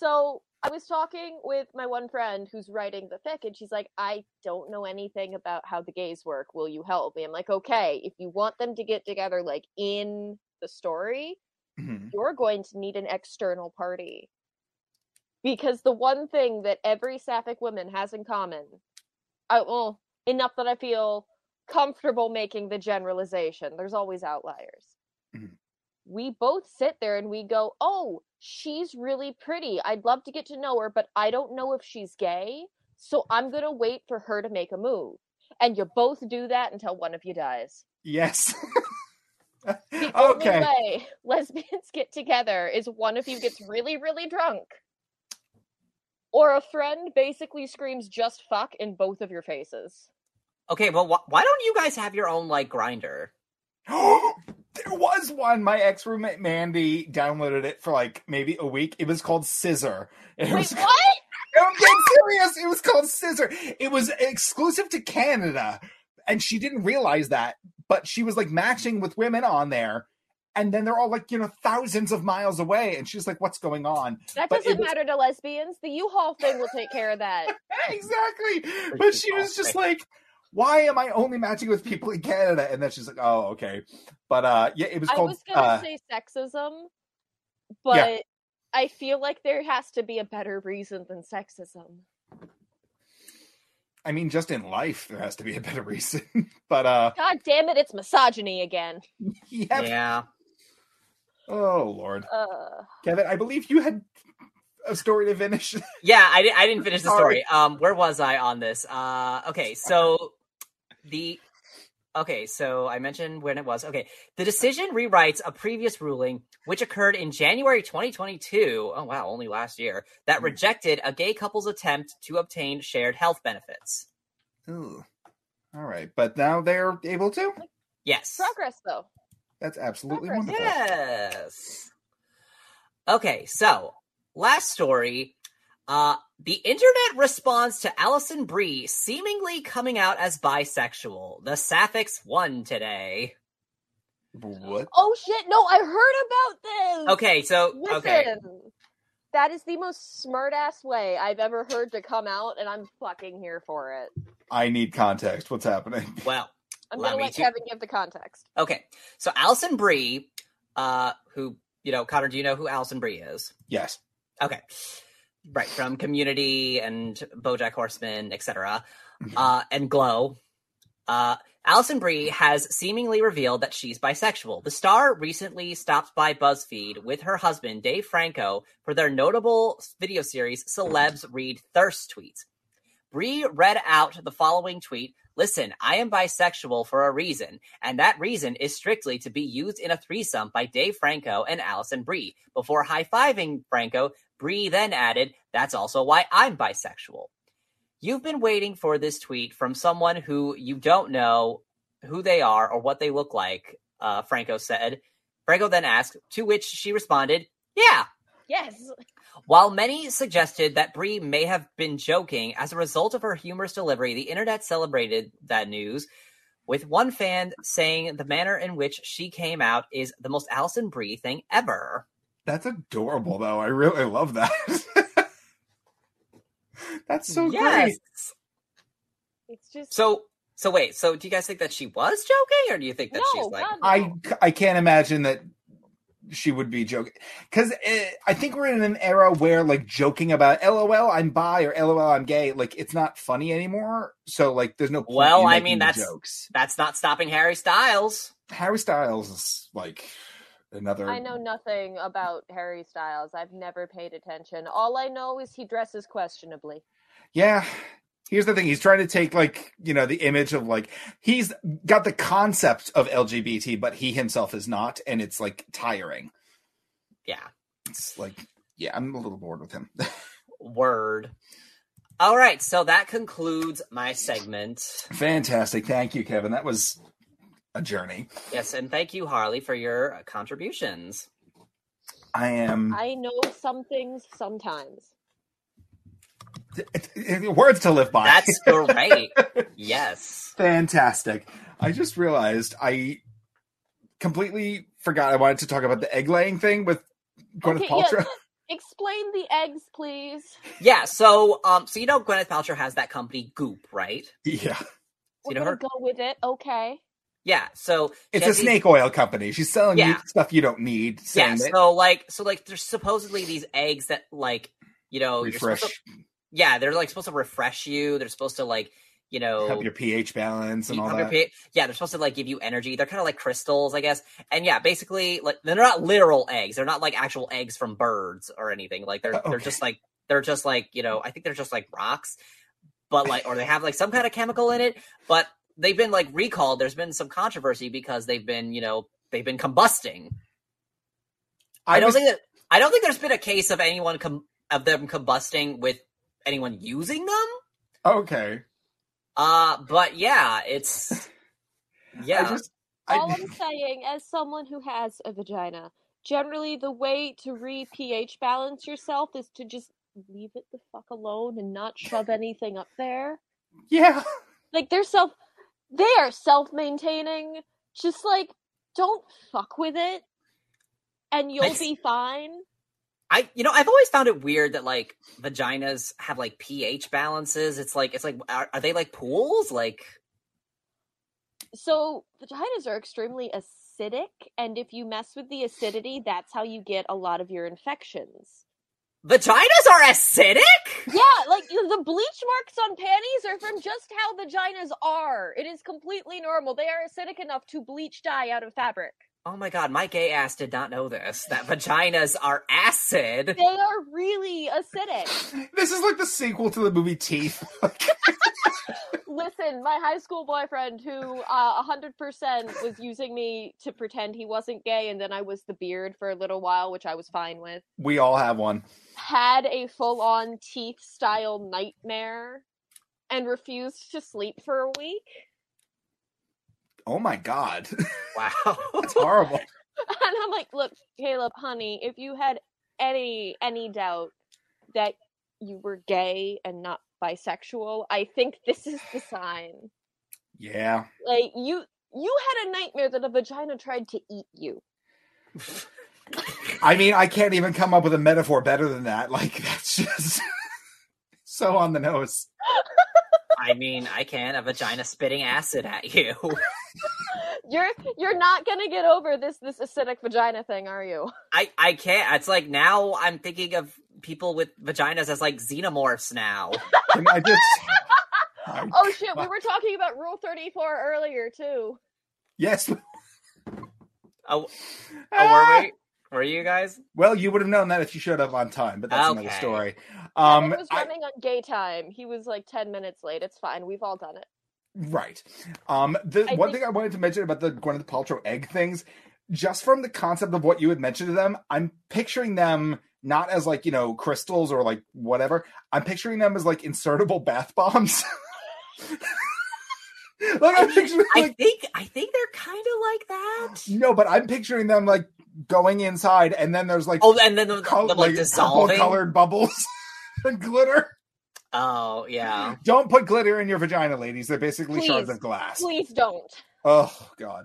Speaker 3: So I was talking with my one friend who's writing the fic, and she's like, I don't know anything about how the gays work. Will you help me? I'm like, okay, if you want them to get together, like, in the story,
Speaker 2: Mhm.
Speaker 3: you're going to need an external party. Because the one thing that every sapphic woman has in common, I, well, enough that I feel comfortable making the generalization, there's always outliers.
Speaker 2: Mhm.
Speaker 3: We both sit there and we go, oh, she's really pretty. I'd love to get to know her, but I don't know if she's gay. So I'm going to wait for her to make a move. And you both do that until one of you dies.
Speaker 2: Yes.
Speaker 3: The
Speaker 2: okay.
Speaker 3: only way lesbians get together is one of you gets really, really drunk, or a friend basically screams "just fuck" in both of your faces.
Speaker 1: Okay, well, wh- why don't you guys have your own like grinder?
Speaker 2: there was one. My ex roommate Mandy downloaded it for like maybe a week. It was called Scissor. It
Speaker 3: Wait,
Speaker 2: was,
Speaker 3: what?
Speaker 2: I'm dead serious. It was called Scissor. It was exclusive to Canada, and she didn't realize that. But she was like matching with women on there, and then they're all like you know thousands of miles away, and she's like, "What's going on?"
Speaker 3: That
Speaker 2: But it
Speaker 3: doesn't
Speaker 2: was-
Speaker 3: matter to lesbians. The U-Haul thing will take care of that.
Speaker 2: exactly. But she was just like, why am I only matching with people in Canada? And then she's like, oh, okay. But uh, yeah, it was
Speaker 3: I
Speaker 2: called.
Speaker 3: was gonna
Speaker 2: uh,
Speaker 3: say sexism, but I feel like there has to be a better reason than sexism.
Speaker 2: I mean, just in life, there has to be a better reason. but uh,
Speaker 3: God damn it, it's misogyny again.
Speaker 2: yeah.
Speaker 1: Yeah,
Speaker 2: Oh Lord,
Speaker 3: Uh,
Speaker 2: Kevin, I believe you had a story to finish.
Speaker 1: yeah. I, di- I didn't finish the story.
Speaker 2: Sorry.
Speaker 1: Um, where was I on this? Uh, okay, so the okay, so I mentioned when it was. Okay, the decision rewrites a previous ruling which occurred in January 2022. Oh wow, only last year that
Speaker 2: Hmm.
Speaker 1: rejected a gay couple's attempt to obtain shared health benefits.
Speaker 2: Ooh. All right, but now they're able to.
Speaker 1: Yes.
Speaker 3: progress though.
Speaker 2: That's absolutely
Speaker 3: Progress,
Speaker 2: wonderful.
Speaker 1: Yes. Okay, so last story. Uh, the internet responds to Allison Brie seemingly coming out as bisexual. The Sapphics won today.
Speaker 2: What?
Speaker 3: Oh shit! No, I heard about this.
Speaker 1: Okay, so
Speaker 3: Listen,
Speaker 1: okay,
Speaker 3: that is the most smart ass way I've ever heard to come out, and I'm fucking here for it.
Speaker 2: I need context. What's happening?
Speaker 1: well,
Speaker 3: I'm
Speaker 1: Allow
Speaker 3: gonna
Speaker 1: me
Speaker 3: let
Speaker 1: to-
Speaker 3: Kevin give the context.
Speaker 1: Okay, so Allison Brie, uh, who you know, Connor, do you know who Allison Brie is?
Speaker 2: Yes.
Speaker 1: Okay, right from Community and BoJack Horseman, etc., uh, and Glow. Uh, Allison Brie has seemingly revealed that she's bisexual. The star recently stopped by BuzzFeed with her husband Dave Franco for their notable video series "Celebs Read Thirst" tweets. Bree read out the following tweet Listen, I am bisexual for a reason, and that reason is strictly to be used in a threesome by Dave Franco and Allison Bree. Before high fiving Franco, Bree then added, That's also why I'm bisexual. You've been waiting for this tweet from someone who you don't know who they are or what they look like, uh, Franco said. Franco then asked, to which she responded, Yeah,
Speaker 3: Yes.
Speaker 1: while many suggested that Brie may have been joking, as a result of her humorous delivery, the internet celebrated that news. With one fan saying the manner in which she came out is the most Allison Brie thing ever.
Speaker 2: That's adorable, though. I really love that. That's so great.
Speaker 3: It's just
Speaker 1: So, so wait. So, do you guys think that she was joking, or do you think that
Speaker 3: no,
Speaker 1: she's like,
Speaker 3: God, no.
Speaker 2: I I can't imagine that she would be joking because I think we're in an era where like joking about "lol I'm bi" or "lol I'm gay" like it's not funny anymore. So like, there's no point
Speaker 1: Well,
Speaker 2: in
Speaker 1: I
Speaker 2: making
Speaker 1: mean,
Speaker 2: the
Speaker 1: that's-
Speaker 2: jokes.
Speaker 1: "That's not stopping Harry Styles"?
Speaker 2: Harry Styles is like another.
Speaker 3: I know nothing about Harry Styles. I've never paid attention. All I know is he dresses questionably.
Speaker 2: Yeah. Here's the thing. He's trying to take like, you know, the image of like he's got the concept of LGBT, but he himself is not, and it's like tiring.
Speaker 1: Yeah.
Speaker 2: It's like yeah, I'm a little bored with him.
Speaker 1: Word. All right. So that concludes my segment.
Speaker 2: Fantastic. Thank you, Kevin. That was a journey.
Speaker 1: Yes, and thank you, Harley, for your uh, contributions.
Speaker 2: I am
Speaker 3: I know some things sometimes.
Speaker 2: words to live by.
Speaker 1: That's great. yes.
Speaker 2: fantastic. I just realized I completely forgot I wanted to talk about the egg laying thing with Gwyneth
Speaker 3: Okay, yeah.
Speaker 2: Paltrow.
Speaker 3: Explain the eggs, please.
Speaker 1: Yeah. So, um, so you know, Gwyneth Paltrow has that company Goop, right?
Speaker 2: yeah.
Speaker 3: We're
Speaker 1: know
Speaker 3: gonna
Speaker 1: her-
Speaker 3: go with it. Okay.
Speaker 1: Yeah. So
Speaker 2: It's
Speaker 1: Jesse-
Speaker 2: a snake oil company. She's selling you
Speaker 1: Yeah.
Speaker 2: stuff you don't need.
Speaker 1: Yeah.
Speaker 2: saying that-
Speaker 1: So like, so like, there's supposedly these eggs that like, you know, Oh, you're supposed
Speaker 2: refresh,
Speaker 1: to- yeah, they're like supposed to refresh you. They're supposed to like, you know,
Speaker 2: help your pH balance and
Speaker 1: you
Speaker 2: all
Speaker 1: pump your
Speaker 2: that.
Speaker 1: pH yeah, they're supposed to like give you energy. They're kind of like crystals, I guess. And yeah, basically, like they're not literal eggs. They're not like actual eggs from birds or anything. Like they're
Speaker 2: Uh,
Speaker 1: they're
Speaker 2: okay.
Speaker 1: just like they're just like you know. I think they're just like rocks, but like or they have like some kind of chemical in it. But they've been like recalled. There's been some controversy because they've been you know they've been combusting. I, don't
Speaker 2: was-
Speaker 1: think that I don't think there's been a case of anyone com- of them combusting with anyone using them.
Speaker 2: Oh, Okay.
Speaker 1: Uh, but yeah, it's yeah.
Speaker 2: I just.
Speaker 3: All
Speaker 2: I,
Speaker 3: I'm saying, as someone who has a vagina, generally the way to re pH balance yourself is to just leave it the fuck alone and not shove anything up there.
Speaker 2: yeah.
Speaker 3: Like they're self they are self maintaining. Just like don't fuck with it and you'll
Speaker 1: Makes-
Speaker 3: be fine.
Speaker 1: I you know I've always found it weird that like vaginas have like pH balances. It's like it's like are, are they like pools? Like
Speaker 3: So vaginas are extremely acidic and if you mess with the acidity, that's how you get a lot of your infections.
Speaker 1: vaginas are acidic?
Speaker 3: Yeah, like the bleach marks on panties are from just how vaginas are. It is completely normal. They are acidic enough to bleach dye out of fabric.
Speaker 1: Oh my god, my gay ass did not know this. That vaginas are acid.
Speaker 3: They are really acidic.
Speaker 2: This is like the sequel to the movie Teeth.
Speaker 3: Listen, my high school boyfriend, who uh, 100% was using me to pretend he wasn't gay, and then I was the beard for a little while, which I was fine with,
Speaker 2: we all have one.
Speaker 3: had a full on teeth style nightmare and refused to sleep for a week.
Speaker 2: Oh my god,
Speaker 1: Wow.
Speaker 2: it's horrible.
Speaker 3: and I'm like, look, Caleb, honey, if you had any any doubt that you were gay and not bisexual, I think this is the sign.
Speaker 2: Yeah.
Speaker 3: Like you you had a nightmare that a vagina tried to eat you.
Speaker 2: I mean, I can't even come up with a metaphor better than that. Like that's just so on the nose.
Speaker 1: I mean, I can. A vagina spitting acid at you.
Speaker 3: You're you're not gonna get over this this acidic vagina thing, are you?
Speaker 1: I I can't. It's like now I'm thinking of people with vaginas as like xenomorphs now.
Speaker 2: And I just. I-
Speaker 3: Oh shit, we were talking about Rule Thirty Four earlier too.
Speaker 2: yes.
Speaker 1: Oh, oh were
Speaker 2: Ah!
Speaker 1: we? Were you guys?
Speaker 2: Well, you would have known that if you showed up on time, but that's another
Speaker 1: Ah, Okay.
Speaker 2: story.
Speaker 3: Um,
Speaker 2: Um,
Speaker 3: was
Speaker 2: I-
Speaker 3: running on gay time. He was like ten minutes late. It's fine. We've all done it.
Speaker 2: Right. Um, the
Speaker 3: I
Speaker 2: one
Speaker 3: think-
Speaker 2: thing I wanted to mention about the Gwyneth Paltrow egg things, just from the concept of what you had mentioned to them, I'm picturing them not as like you know crystals or like whatever. I'm picturing them as like insertable bath bombs. like I'm picturing
Speaker 1: I
Speaker 2: like
Speaker 1: think I think they're kind of like that.
Speaker 2: no, but I'm picturing them like going inside, and then there's like
Speaker 1: Oh, and then the,
Speaker 2: col-
Speaker 1: the, like, dissolving.
Speaker 2: colored bubbles and glitter.
Speaker 1: Oh yeah.
Speaker 2: Don't put glitter in your vagina, ladies. They're basically shards
Speaker 3: Please.
Speaker 2: of glass.
Speaker 3: Please don't.
Speaker 2: Oh God.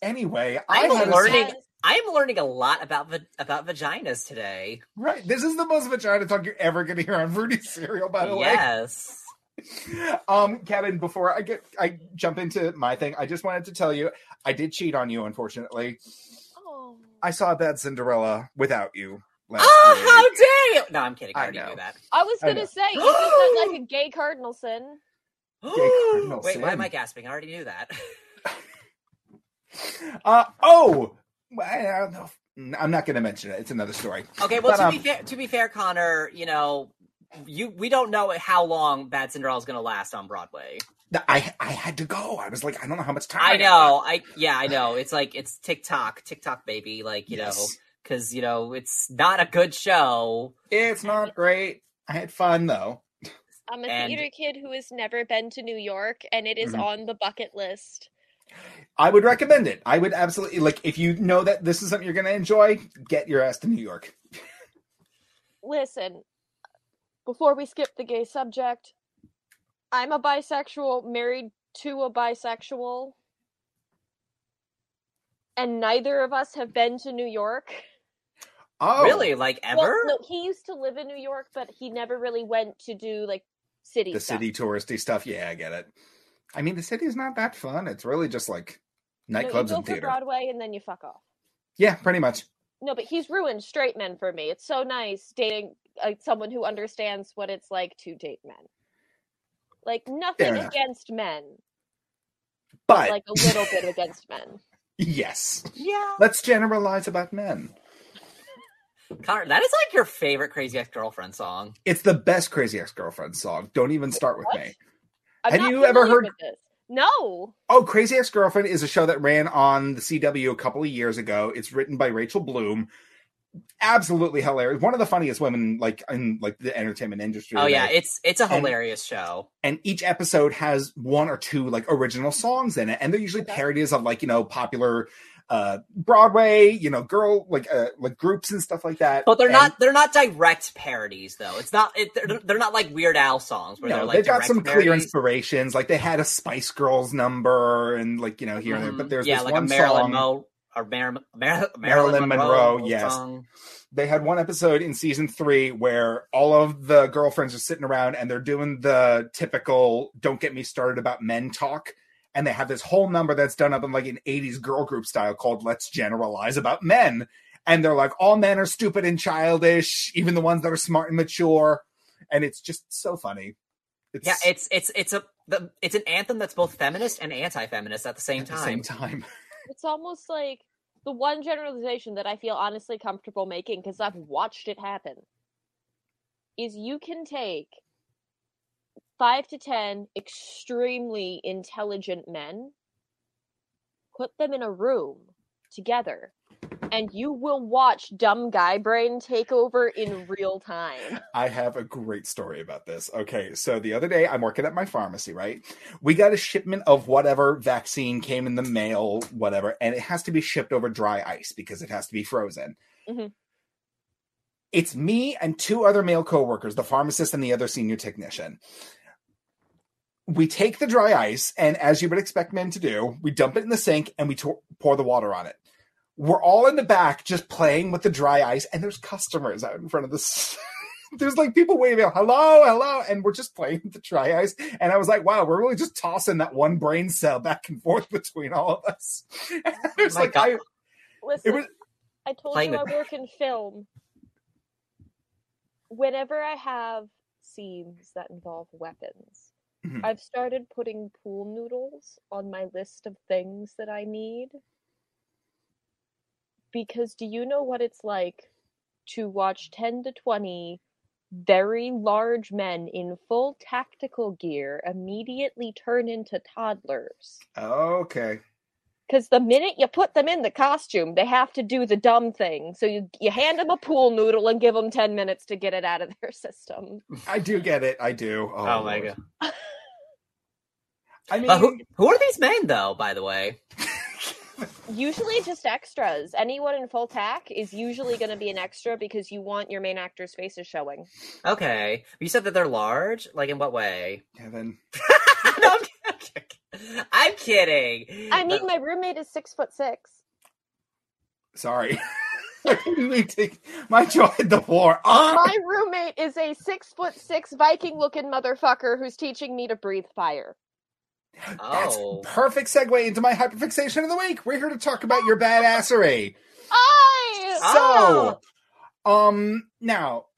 Speaker 2: Anyway,
Speaker 1: I'm
Speaker 2: I had a-
Speaker 1: learning-
Speaker 3: Yes.
Speaker 1: I am learning a lot about va- about vaginas today.
Speaker 2: Right. This is the most vagina talk you're ever going to hear on Fruity Cereal, by the
Speaker 1: Yes.
Speaker 2: way. Um, Kevin, before I get I jump into my thing, I just wanted to tell you I did cheat on you, unfortunately.
Speaker 3: Oh.
Speaker 2: I saw a bad Cinderella without you last
Speaker 1: Oh,
Speaker 2: week.
Speaker 1: how dare you! No, I'm kidding. I
Speaker 2: I
Speaker 1: already
Speaker 2: know.
Speaker 1: knew that.
Speaker 3: I was
Speaker 2: I
Speaker 3: gonna
Speaker 2: know.
Speaker 3: say you just sound like a gay cardinal sin.
Speaker 2: cardinal
Speaker 1: Wait, why am
Speaker 2: sin.
Speaker 1: I gasping? I already knew that.
Speaker 2: Uh oh, Well, I don't know. if- I'm not going to mention it. It's another story.
Speaker 1: Okay, well
Speaker 2: But,
Speaker 1: to
Speaker 2: um,
Speaker 1: be fair, to be fair, Connor, you know, you we don't know how long Bad Cinderella is going to last on Broadway.
Speaker 2: I I had to go. I was like, I don't know how much time.
Speaker 1: I
Speaker 2: got.
Speaker 1: know. I yeah, I know. It's like it's TikTok, TikTok baby, like you know,
Speaker 2: Yes.
Speaker 1: because you know it's not a good show.
Speaker 2: It's not great. I had fun though.
Speaker 3: I'm a
Speaker 1: And-
Speaker 3: theater kid who has never been to New York, and it is
Speaker 2: Mhm.
Speaker 3: on the bucket list.
Speaker 2: I would recommend it. I would absolutely like if you know that this is something you're going to enjoy, get your ass to New York.
Speaker 3: Listen, before we skip the gay subject, I'm a bisexual married to a bisexual, and neither of us have been to New York.
Speaker 2: Oh,
Speaker 1: Really, like ever?
Speaker 3: Well, no, he used to live in New York, but he never really went to do like city
Speaker 2: The
Speaker 3: stuff.
Speaker 2: city touristy stuff. Yeah, I get it. I mean, the city's not that fun. It's really just like
Speaker 3: No, you
Speaker 2: nightclubs
Speaker 3: go
Speaker 2: and
Speaker 3: for
Speaker 2: theater.
Speaker 3: Broadway, and then you fuck off.
Speaker 2: Yeah, pretty much.
Speaker 3: No, but he's ruined straight men for me. It's so nice dating uh, someone who understands what it's like to date men. Like nothing
Speaker 2: enough.
Speaker 3: against men,
Speaker 2: But
Speaker 3: like a little bit against men.
Speaker 2: yes,
Speaker 1: yeah,
Speaker 2: let's generalize about men.
Speaker 1: Connor, that is like your favorite Crazy Ex-Girlfriend song.
Speaker 2: It's the best Crazy Ex-Girlfriend song. Don't even start with
Speaker 3: What?
Speaker 2: me.
Speaker 3: I'm
Speaker 2: Have
Speaker 3: not
Speaker 2: you ever
Speaker 3: familiar
Speaker 2: heard-
Speaker 3: with this. No,
Speaker 2: Oh, Crazy Ex-Girlfriend is a show that ran on the CW a couple of years ago. It's written by Rachel Bloom. Absolutely hilarious. One of the funniest women like in like the entertainment industry.
Speaker 1: Oh
Speaker 2: today.
Speaker 1: yeah, it's it's a
Speaker 2: And-
Speaker 1: hilarious show.
Speaker 2: and each episode has one or two like original songs in it and they're usually
Speaker 3: Okay.
Speaker 2: parodies of like you know popular uh broadway you know girl like uh like groups and stuff like that
Speaker 1: But they're
Speaker 2: And-
Speaker 1: not they're not direct parodies though. It's not it, they're, they're not like Weird Al songs where
Speaker 2: no,
Speaker 1: they're like
Speaker 2: they've got
Speaker 1: direct
Speaker 2: some clear
Speaker 1: parodies.
Speaker 2: inspirations like they had a spice girls number and like you know here and there
Speaker 1: Mhm.
Speaker 2: but there's
Speaker 1: yeah,
Speaker 2: this
Speaker 1: like
Speaker 2: one
Speaker 1: a Marilyn
Speaker 2: song
Speaker 1: Mo or Mar- Mar-
Speaker 2: Marilyn
Speaker 1: Marilyn
Speaker 2: Monroe,
Speaker 1: Monroe,
Speaker 2: yes.
Speaker 1: song.
Speaker 2: they had one episode in season three where all of the girlfriends are sitting around and they're doing the typical don't get me started about men talk. And they have this whole number that's done up in like an 80s girl group style called Let's Generalize About Men. And they're like, all men are stupid and childish, even the ones that are smart and mature. And it's just so funny. It's
Speaker 1: Yeah, it's it's it's a the, it's an anthem that's both feminist and anti-feminist at the same
Speaker 2: at the
Speaker 1: time.
Speaker 2: same time.
Speaker 3: it's almost like the one generalization that I feel honestly comfortable making because I've watched it happen is you can take five to ten extremely intelligent men, put them in a room together, and you will watch dumb guy brain take over in real time.
Speaker 2: I have a great story about this. Okay, so the other day I'm working at my pharmacy, right? We got a shipment of whatever vaccine came in the mail, whatever, and it has to be shipped over dry ice because it has to be frozen.
Speaker 3: Mhm.
Speaker 2: It's me and two other male coworkers, the pharmacist and the other senior technician. We take the dry ice, and as you would expect men to do, we dump it in the sink and we to- pour the water on it. We're all in the back just playing with the dry ice, and there's customers out in front of the there's like people waving out, hello, hello, and we're just playing the try ice. And I was like, wow, we're really just tossing that one brain cell back and forth between all of us. And I was
Speaker 1: my
Speaker 2: like,
Speaker 1: God.
Speaker 2: I,
Speaker 3: Listen,
Speaker 2: it was
Speaker 3: I told
Speaker 1: Playing
Speaker 3: you I
Speaker 1: with-
Speaker 3: work in film. Whenever I have scenes that involve weapons,
Speaker 1: Mm-hmm.
Speaker 2: Mhm.
Speaker 3: I've started putting pool noodles on my list of things that I need. Because do you know what it's like to watch 10 to 20 very large men in full tactical gear immediately turn into toddlers?
Speaker 2: okay.
Speaker 3: Because the minute you put them in the costume, they have to do the dumb thing. So you you hand them a pool noodle and give them ten minutes to get it out of their system.
Speaker 2: I do get it. I Uh, do. Oh,
Speaker 1: Oh, my
Speaker 2: Lord.
Speaker 1: god.
Speaker 2: I mean,
Speaker 1: But who, who are these men though, by the way?
Speaker 3: Usually, just extras. Anyone in full tack is usually going to be an extra because you want your main actor's faces showing.
Speaker 1: Okay. You said that they're large? Like in what way?
Speaker 2: Kevin.
Speaker 1: no, I'm, I'm kidding. I'm kidding. Uh,
Speaker 3: I mean, my roommate is six foot six.
Speaker 2: Sorry. I didn't mean to. My jaw hit the floor. Ah!
Speaker 3: My roommate is a six foot six Viking looking motherfucker who's teaching me to breathe fire.
Speaker 1: Oh.
Speaker 2: That's perfect segue into my hyperfixation of the week. We're here to talk about your badassery.
Speaker 3: I
Speaker 2: So,
Speaker 3: Oh.
Speaker 2: um, now,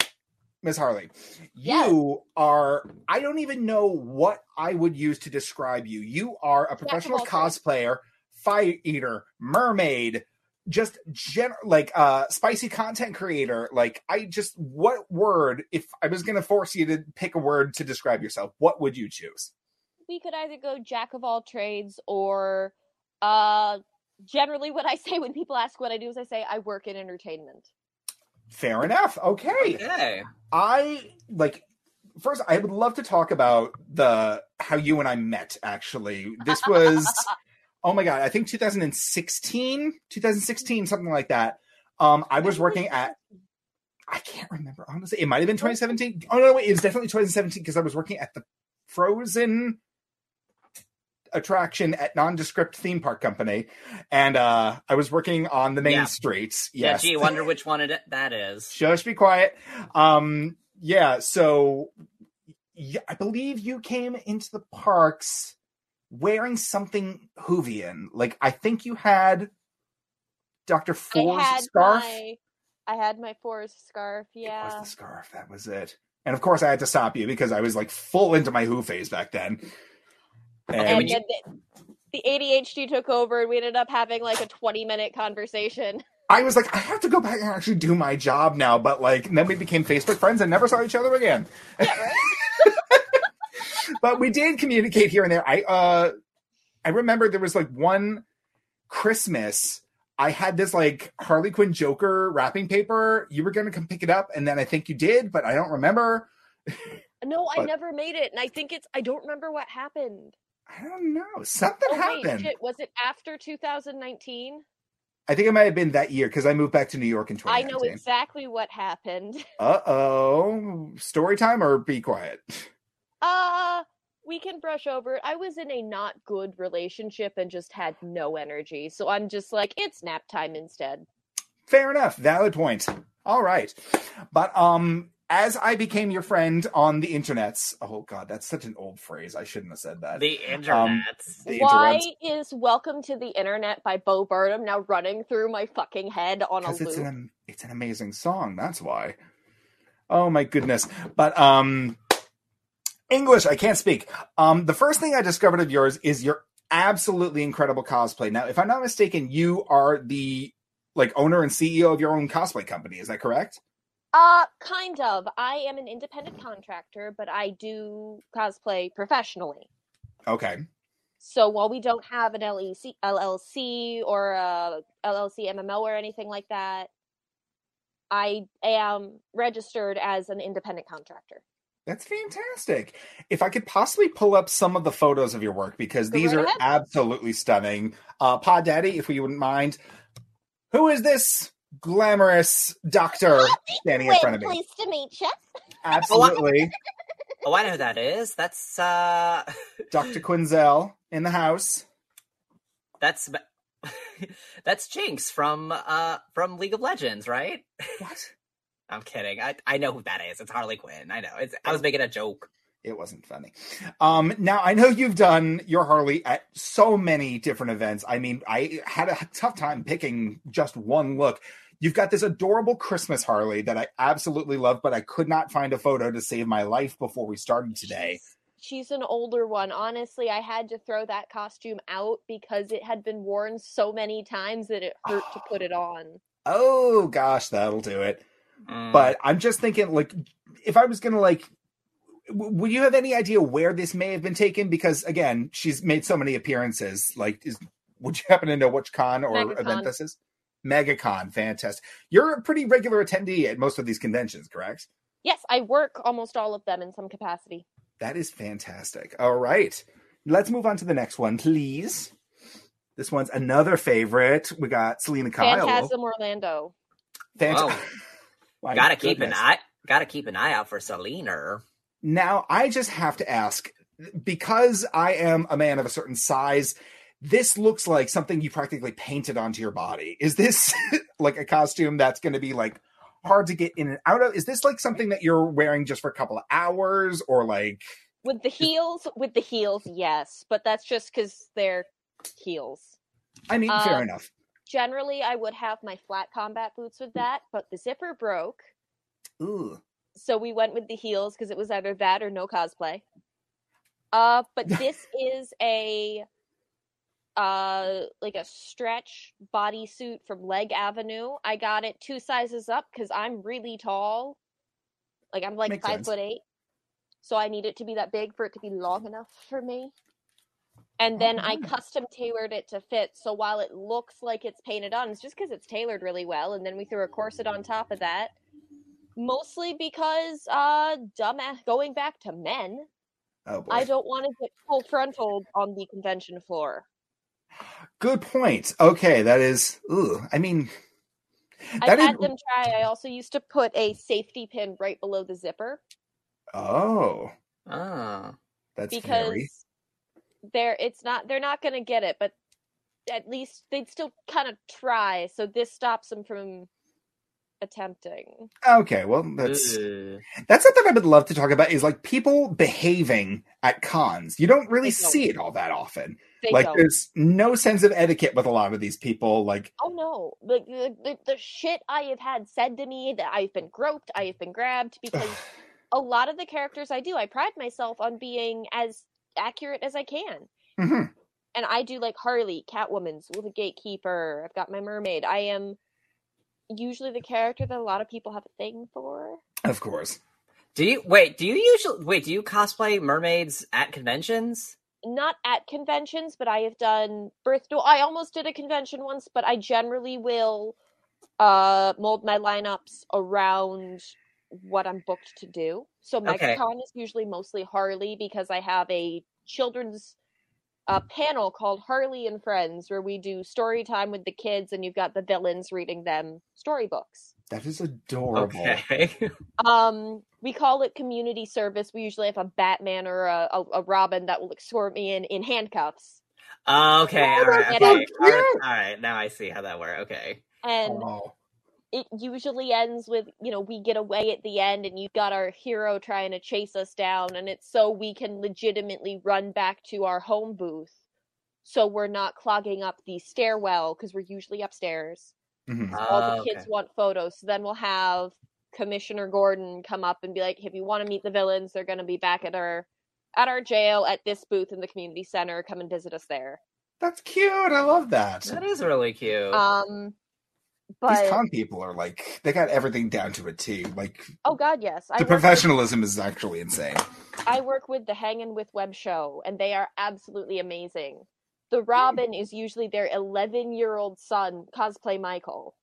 Speaker 2: Miss Harley, you are, I don't even know what I would use to describe you. You are a professional
Speaker 3: all trades.
Speaker 2: cosplayer, fire eater, mermaid, just gen- like uh spicy content creator. Like I just what word if I was going to force you to pick a word to describe yourself, what would you choose?
Speaker 3: we could either go jack of all trades or uh generally what i say when people ask what i do is i say i work in entertainment
Speaker 2: Fair enough. Okay.
Speaker 1: Okay.
Speaker 2: I like first I would love to talk about the how you and I met actually. This was oh my god, I think 2016, 2016 something like that. Um I was working at I can't remember honestly. It might have been 2017. Oh no, wait, it was definitely 2017 because I was working at the Frozen attraction at Nondescript Theme Park Company and uh I was working on the main
Speaker 1: Yeah.
Speaker 2: streets.
Speaker 1: Yeah,
Speaker 2: Yes.
Speaker 1: gee, wonder which one it, that is.
Speaker 2: Just be quiet. Um, yeah, so y- I believe you came into the parks wearing something Hoovian. Like I think you had Dr. Four's
Speaker 3: i had
Speaker 2: scarf.
Speaker 3: my i had my forest scarf
Speaker 2: It was
Speaker 3: yeah
Speaker 2: the scarf, that was it. And of course I had to stop you because I was like full into my Who phase back then.
Speaker 1: And
Speaker 3: and
Speaker 1: when you-
Speaker 3: then the, the adhd took over and we ended up having like a 20 minute conversation
Speaker 2: I was like, I have to go back and actually do my job now. But like, and then we became Facebook friends and never saw each other again. but we did communicate here and there. I uh, I remember there was like one Christmas. I had this like Harley Quinn Joker wrapping paper. You were gonna come pick it up, and then I think you did, but I don't remember.
Speaker 3: no i
Speaker 2: But-
Speaker 3: never made it and i think it's i don't remember what happened
Speaker 2: I don't know. Something
Speaker 3: oh wait
Speaker 2: happened.
Speaker 3: shit was it after 2019
Speaker 2: I think it might have been that year because I moved back to New York in
Speaker 3: i know
Speaker 2: 2019.
Speaker 3: exactly what happened
Speaker 2: Uh oh. Story time or be quiet.
Speaker 3: Uh, we can brush over it. I was in a not good relationship and just had no energy. So I'm just like, it's nap time instead.
Speaker 2: Fair enough. Valid point. All right. But um as I became your friend on the internets, oh god, that's such an old phrase. I shouldn't have said that.
Speaker 1: The internets.
Speaker 2: The
Speaker 3: Why
Speaker 2: interwebs.
Speaker 3: is Welcome to the Internet by Bo Burnham now running through my fucking head on a
Speaker 2: Because
Speaker 3: loop?
Speaker 2: it's an am- it's an amazing song, that's why. Oh my goodness. But um English, I can't speak. Um the first thing I discovered of yours is your absolutely incredible cosplay. Now, if I'm not mistaken, you are the like owner and CEO of your own cosplay company, is that correct?
Speaker 3: Uh, kind of. I am an independent contractor, but I do cosplay professionally.
Speaker 2: Okay.
Speaker 3: So while we don't have an E LEC, LLC or a LLC MMO or anything like that, I am registered as an independent contractor.
Speaker 2: That's fantastic. If I could possibly pull up some of the photos of your work because
Speaker 3: Go
Speaker 2: these
Speaker 3: right
Speaker 2: are
Speaker 3: ahead.
Speaker 2: absolutely stunning. Uh Pod Daddy, if you wouldn't mind. Who is this glamorous
Speaker 4: Oh,
Speaker 2: doctor
Speaker 3: Ah,
Speaker 2: standing in front of me?
Speaker 4: pleased to meet you.
Speaker 2: Absolutely.
Speaker 1: Oh, I know who that is. That's uh
Speaker 2: Dr. Quinzel in the house.
Speaker 1: that's that's Jinx from uh from League of Legends, right?
Speaker 2: What?
Speaker 1: I'm kidding. I, I know who that is. It's Harley Quinn. I know. It's I was making a joke.
Speaker 2: It wasn't funny. Um, now I know you've done your Harley at so many different events. I mean, I had a tough time picking just one look. You've got this adorable Christmas Harley that I absolutely love, but I could not find a photo to save my life before we started today.
Speaker 3: She's, she's an older one. Honestly, I had to throw that costume out because it had been worn so many times that it hurt to put it on.
Speaker 2: Oh gosh, that'll do it.
Speaker 1: Mm.
Speaker 2: But I'm just thinking, like, if I was gonna like, w- would you have any idea where this may have been taken? Because again, she's made so many appearances. Like, is would you happen to know which con or
Speaker 3: MegaCon.
Speaker 2: event this is? MegaCon, fantastic. You're a pretty regular attendee at most of these conventions, correct?
Speaker 3: Yes, I work almost all of them in some capacity.
Speaker 2: That is fantastic. All right. Let's move on to the next one, please. This one's another favorite. We got Selena Kyle.
Speaker 3: Phantasm Orlando.
Speaker 2: Phant-
Speaker 1: Whoa.
Speaker 2: My
Speaker 1: gotta keep an
Speaker 2: goodness.
Speaker 1: eye gotta keep an eye out for Selena.
Speaker 2: Now, I just have to ask because I am a man of a certain size, this looks like something you practically painted onto your body. Is this like a costume that's going to be like hard to get in and out of? Is this like something that you're wearing just for a couple of hours or like
Speaker 3: With the heels, with the heels, yes, but that's just because they're heels.
Speaker 2: I mean, fair
Speaker 3: Um,
Speaker 2: enough.
Speaker 3: Generally, I would have my flat combat boots with that, but the zipper broke,
Speaker 2: Ooh.
Speaker 3: so we went with the heels because it was either that or no cosplay. Uh, but this is a uh like a stretch bodysuit from Leg Avenue. I got it two sizes up because I'm really tall. Like I'm like
Speaker 2: Makes
Speaker 3: five
Speaker 2: sense.
Speaker 3: foot eight. So I need it to be that big for it to be long enough for me. And then I
Speaker 2: Alright.
Speaker 3: custom tailored it to fit. So while it looks like it's painted on, it's just because it's tailored really well. And then we threw a corset on top of that. Mostly because uh dumbass going back to men,
Speaker 2: Oh, boy.
Speaker 3: I don't want to get full frontal on the convention floor.
Speaker 2: Good point. Okay. That is, ooh. I mean, that
Speaker 3: I've
Speaker 2: is.
Speaker 3: had them try. I also used to put a safety pin right below the zipper
Speaker 2: oh,
Speaker 1: Oh.
Speaker 2: that's
Speaker 3: because
Speaker 2: scary.
Speaker 3: they're it's not they're not going to get it, but at least they'd still kind of try. So this stops them from attempting.
Speaker 2: Okay. Well, that's.
Speaker 1: Ooh.
Speaker 2: That's something I would love to talk about is like people behaving at cons. You don't really
Speaker 3: They don't.
Speaker 2: see it all that often.
Speaker 3: They
Speaker 2: like
Speaker 3: don't.
Speaker 2: there's no sense of etiquette with a lot of these people. Like,
Speaker 3: Oh no! Like the, the the shit I have had said to me that I've been groped, I have been grabbed because a lot of the characters I do, I pride myself on being as accurate as I can.
Speaker 2: mhm.
Speaker 3: and I do like Harley, Catwoman's with a gatekeeper. I've got my mermaid. I am usually the character that a lot of people have a thing for.
Speaker 2: of course.
Speaker 1: Do you wait, do you usually wait, do you cosplay mermaids at conventions?
Speaker 3: Not at conventions, but I have done birth. No, I almost did a convention once, but I generally will uh mold my lineups around what I'm booked to do. So MegaCon
Speaker 1: Okay.
Speaker 3: is usually mostly Harley because I have a children's uh, panel called Harley and Friends where we do story time with the kids and you've got the villains reading them storybooks.
Speaker 2: That is adorable.
Speaker 1: Okay.
Speaker 3: Um, we call it community service. We usually have a Batman or a, a, a Robin that will escort me in in handcuffs.
Speaker 1: Oh, okay, all right,
Speaker 3: that's
Speaker 1: okay.
Speaker 3: so
Speaker 1: All right, all right,
Speaker 2: cute.
Speaker 1: Now I see how that works. Okay.
Speaker 3: And
Speaker 2: Oh,
Speaker 3: it usually ends with, you know, we get away at the end and you've got our hero trying to chase us down. And it's so we can legitimately run back to our home booth. So we're not clogging up the stairwell because we're usually upstairs.
Speaker 2: mhm.
Speaker 3: all
Speaker 1: Oh,
Speaker 3: the
Speaker 1: okay.
Speaker 3: kids want photos. So then we'll have Commissioner Gordon come up and be like, "If you want to meet the villains, they're going to be back at our at our jail at this booth in the community center. Come and visit us there."
Speaker 2: That's cute. I love that.
Speaker 1: That is really cute.
Speaker 3: Um,
Speaker 2: these
Speaker 3: but
Speaker 2: con people are like they got everything down to a T. Like
Speaker 3: oh god, yes, I
Speaker 2: the
Speaker 3: work, with-
Speaker 2: professionalism is actually insane.
Speaker 3: I work with the Hangin' with Web show, and they are absolutely amazing. The Robin is usually their 11 year old son, cosplay Michael.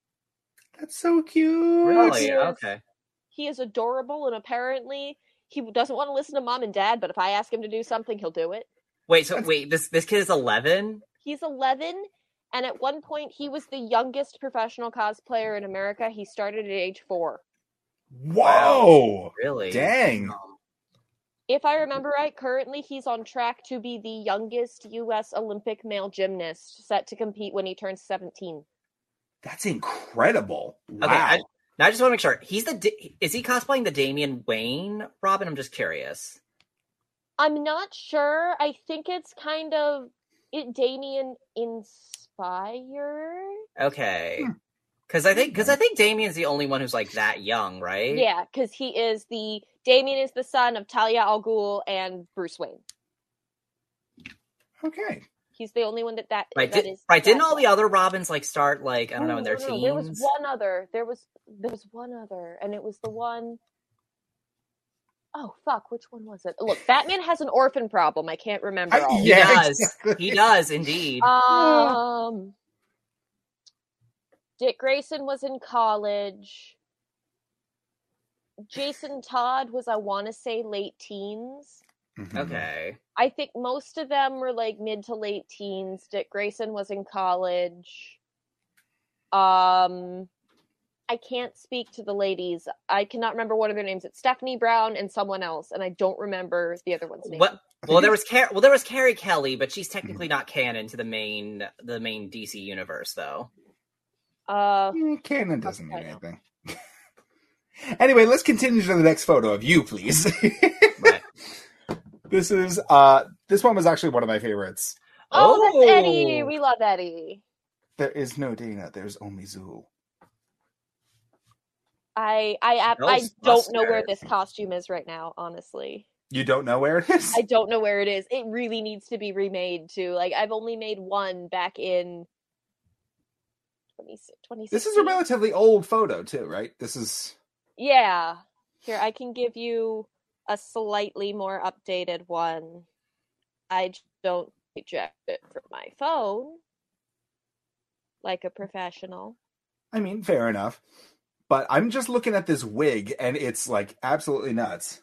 Speaker 2: That's so cute.
Speaker 1: really?
Speaker 3: yes.
Speaker 1: Okay.
Speaker 3: He is adorable, and apparently he doesn't want to listen to mom and dad, but if I ask him to do something, he'll do it.
Speaker 1: Wait, so wait, this this kid is 11?
Speaker 3: He's 11, and at one point he was the youngest professional cosplayer in America. He started at age four.
Speaker 2: Whoa.
Speaker 1: Really? Um,
Speaker 2: Dang.
Speaker 3: If I remember right, currently he's on track to be the youngest U.S. Olympic male gymnast set to compete when he turns 17.
Speaker 2: That's incredible. Wow.
Speaker 1: Okay, I, Now I just want to make sure he's the Da- is he cosplaying the Damian Wayne Robin? I'm just curious.
Speaker 3: I'm not sure. I think it's kind of it Damien inspired.
Speaker 1: Okay, because I think because I think Damien's the only one who's like that young, right?
Speaker 3: Yeah, because he is the Damien is the son of Talia al Ghul and Bruce Wayne.
Speaker 2: Okay.
Speaker 3: He's the only one that that,
Speaker 1: Right.
Speaker 3: that
Speaker 1: Did,
Speaker 3: is
Speaker 1: right. Didn't
Speaker 3: that
Speaker 1: all the other Robins like start like I don't know in their
Speaker 3: No, no, no, There was
Speaker 1: teens?
Speaker 3: one other. There was there was one other, and it was the one Oh fuck! Which one was it? Look, Batman has an orphan problem. I can't remember.
Speaker 2: I-
Speaker 3: all.
Speaker 1: He
Speaker 2: Yeah,
Speaker 1: does.
Speaker 2: exactly.
Speaker 1: He does indeed.
Speaker 3: Um, Dick Grayson was in college. Jason Todd was, I want to say, late teens.
Speaker 2: Mhm.
Speaker 1: okay.
Speaker 3: I think most of them were like mid to late teens. Dick Grayson was in college. Um, I can't speak to the ladies. I cannot remember one of their names. It's Stephanie Brown and someone else, and I don't remember the other one's name.
Speaker 1: What?
Speaker 2: I think
Speaker 1: Well, there
Speaker 2: it's-
Speaker 1: was Car- well there was Carrie Kelly, but she's technically
Speaker 2: Mm-hmm.
Speaker 1: not canon to the main the main DC universe though.
Speaker 3: Uh,
Speaker 2: Mm, canon doesn't mean
Speaker 3: Okay.
Speaker 2: anything. anyway, let's continue to the next photo of you, please.
Speaker 1: Right.
Speaker 2: this is uh this one was actually one of my favorites.
Speaker 3: oh, that's Eddie.
Speaker 1: Oh.
Speaker 3: We love Eddie.
Speaker 2: There is no Dana, there's only Zool.
Speaker 3: I I ab- I
Speaker 1: Smells
Speaker 3: don't know where
Speaker 1: mustard.
Speaker 3: this costume is right now, honestly.
Speaker 2: You don't know where it is?
Speaker 3: I don't know where it is. It really needs to be remade too. Like I've only made one back in 20, 2016.
Speaker 2: This is a relatively old photo too, right? This is
Speaker 3: Yeah. Here I can give you a slightly more updated one. I j- don't eject it from my phone like a professional.
Speaker 2: I mean, fair enough. But I'm just looking at this wig and it's like absolutely nuts.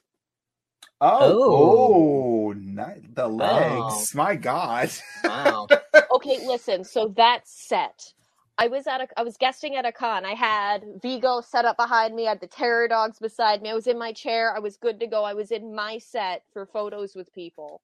Speaker 2: Oh, oh ni- the legs. My god.
Speaker 1: Wow.
Speaker 3: okay, listen. So that set, I was at a, I was guesting at a con. I had Vigo set up behind me. I had the terror dogs beside me. I was in my chair. I was good to go. I was in my set for photos with people.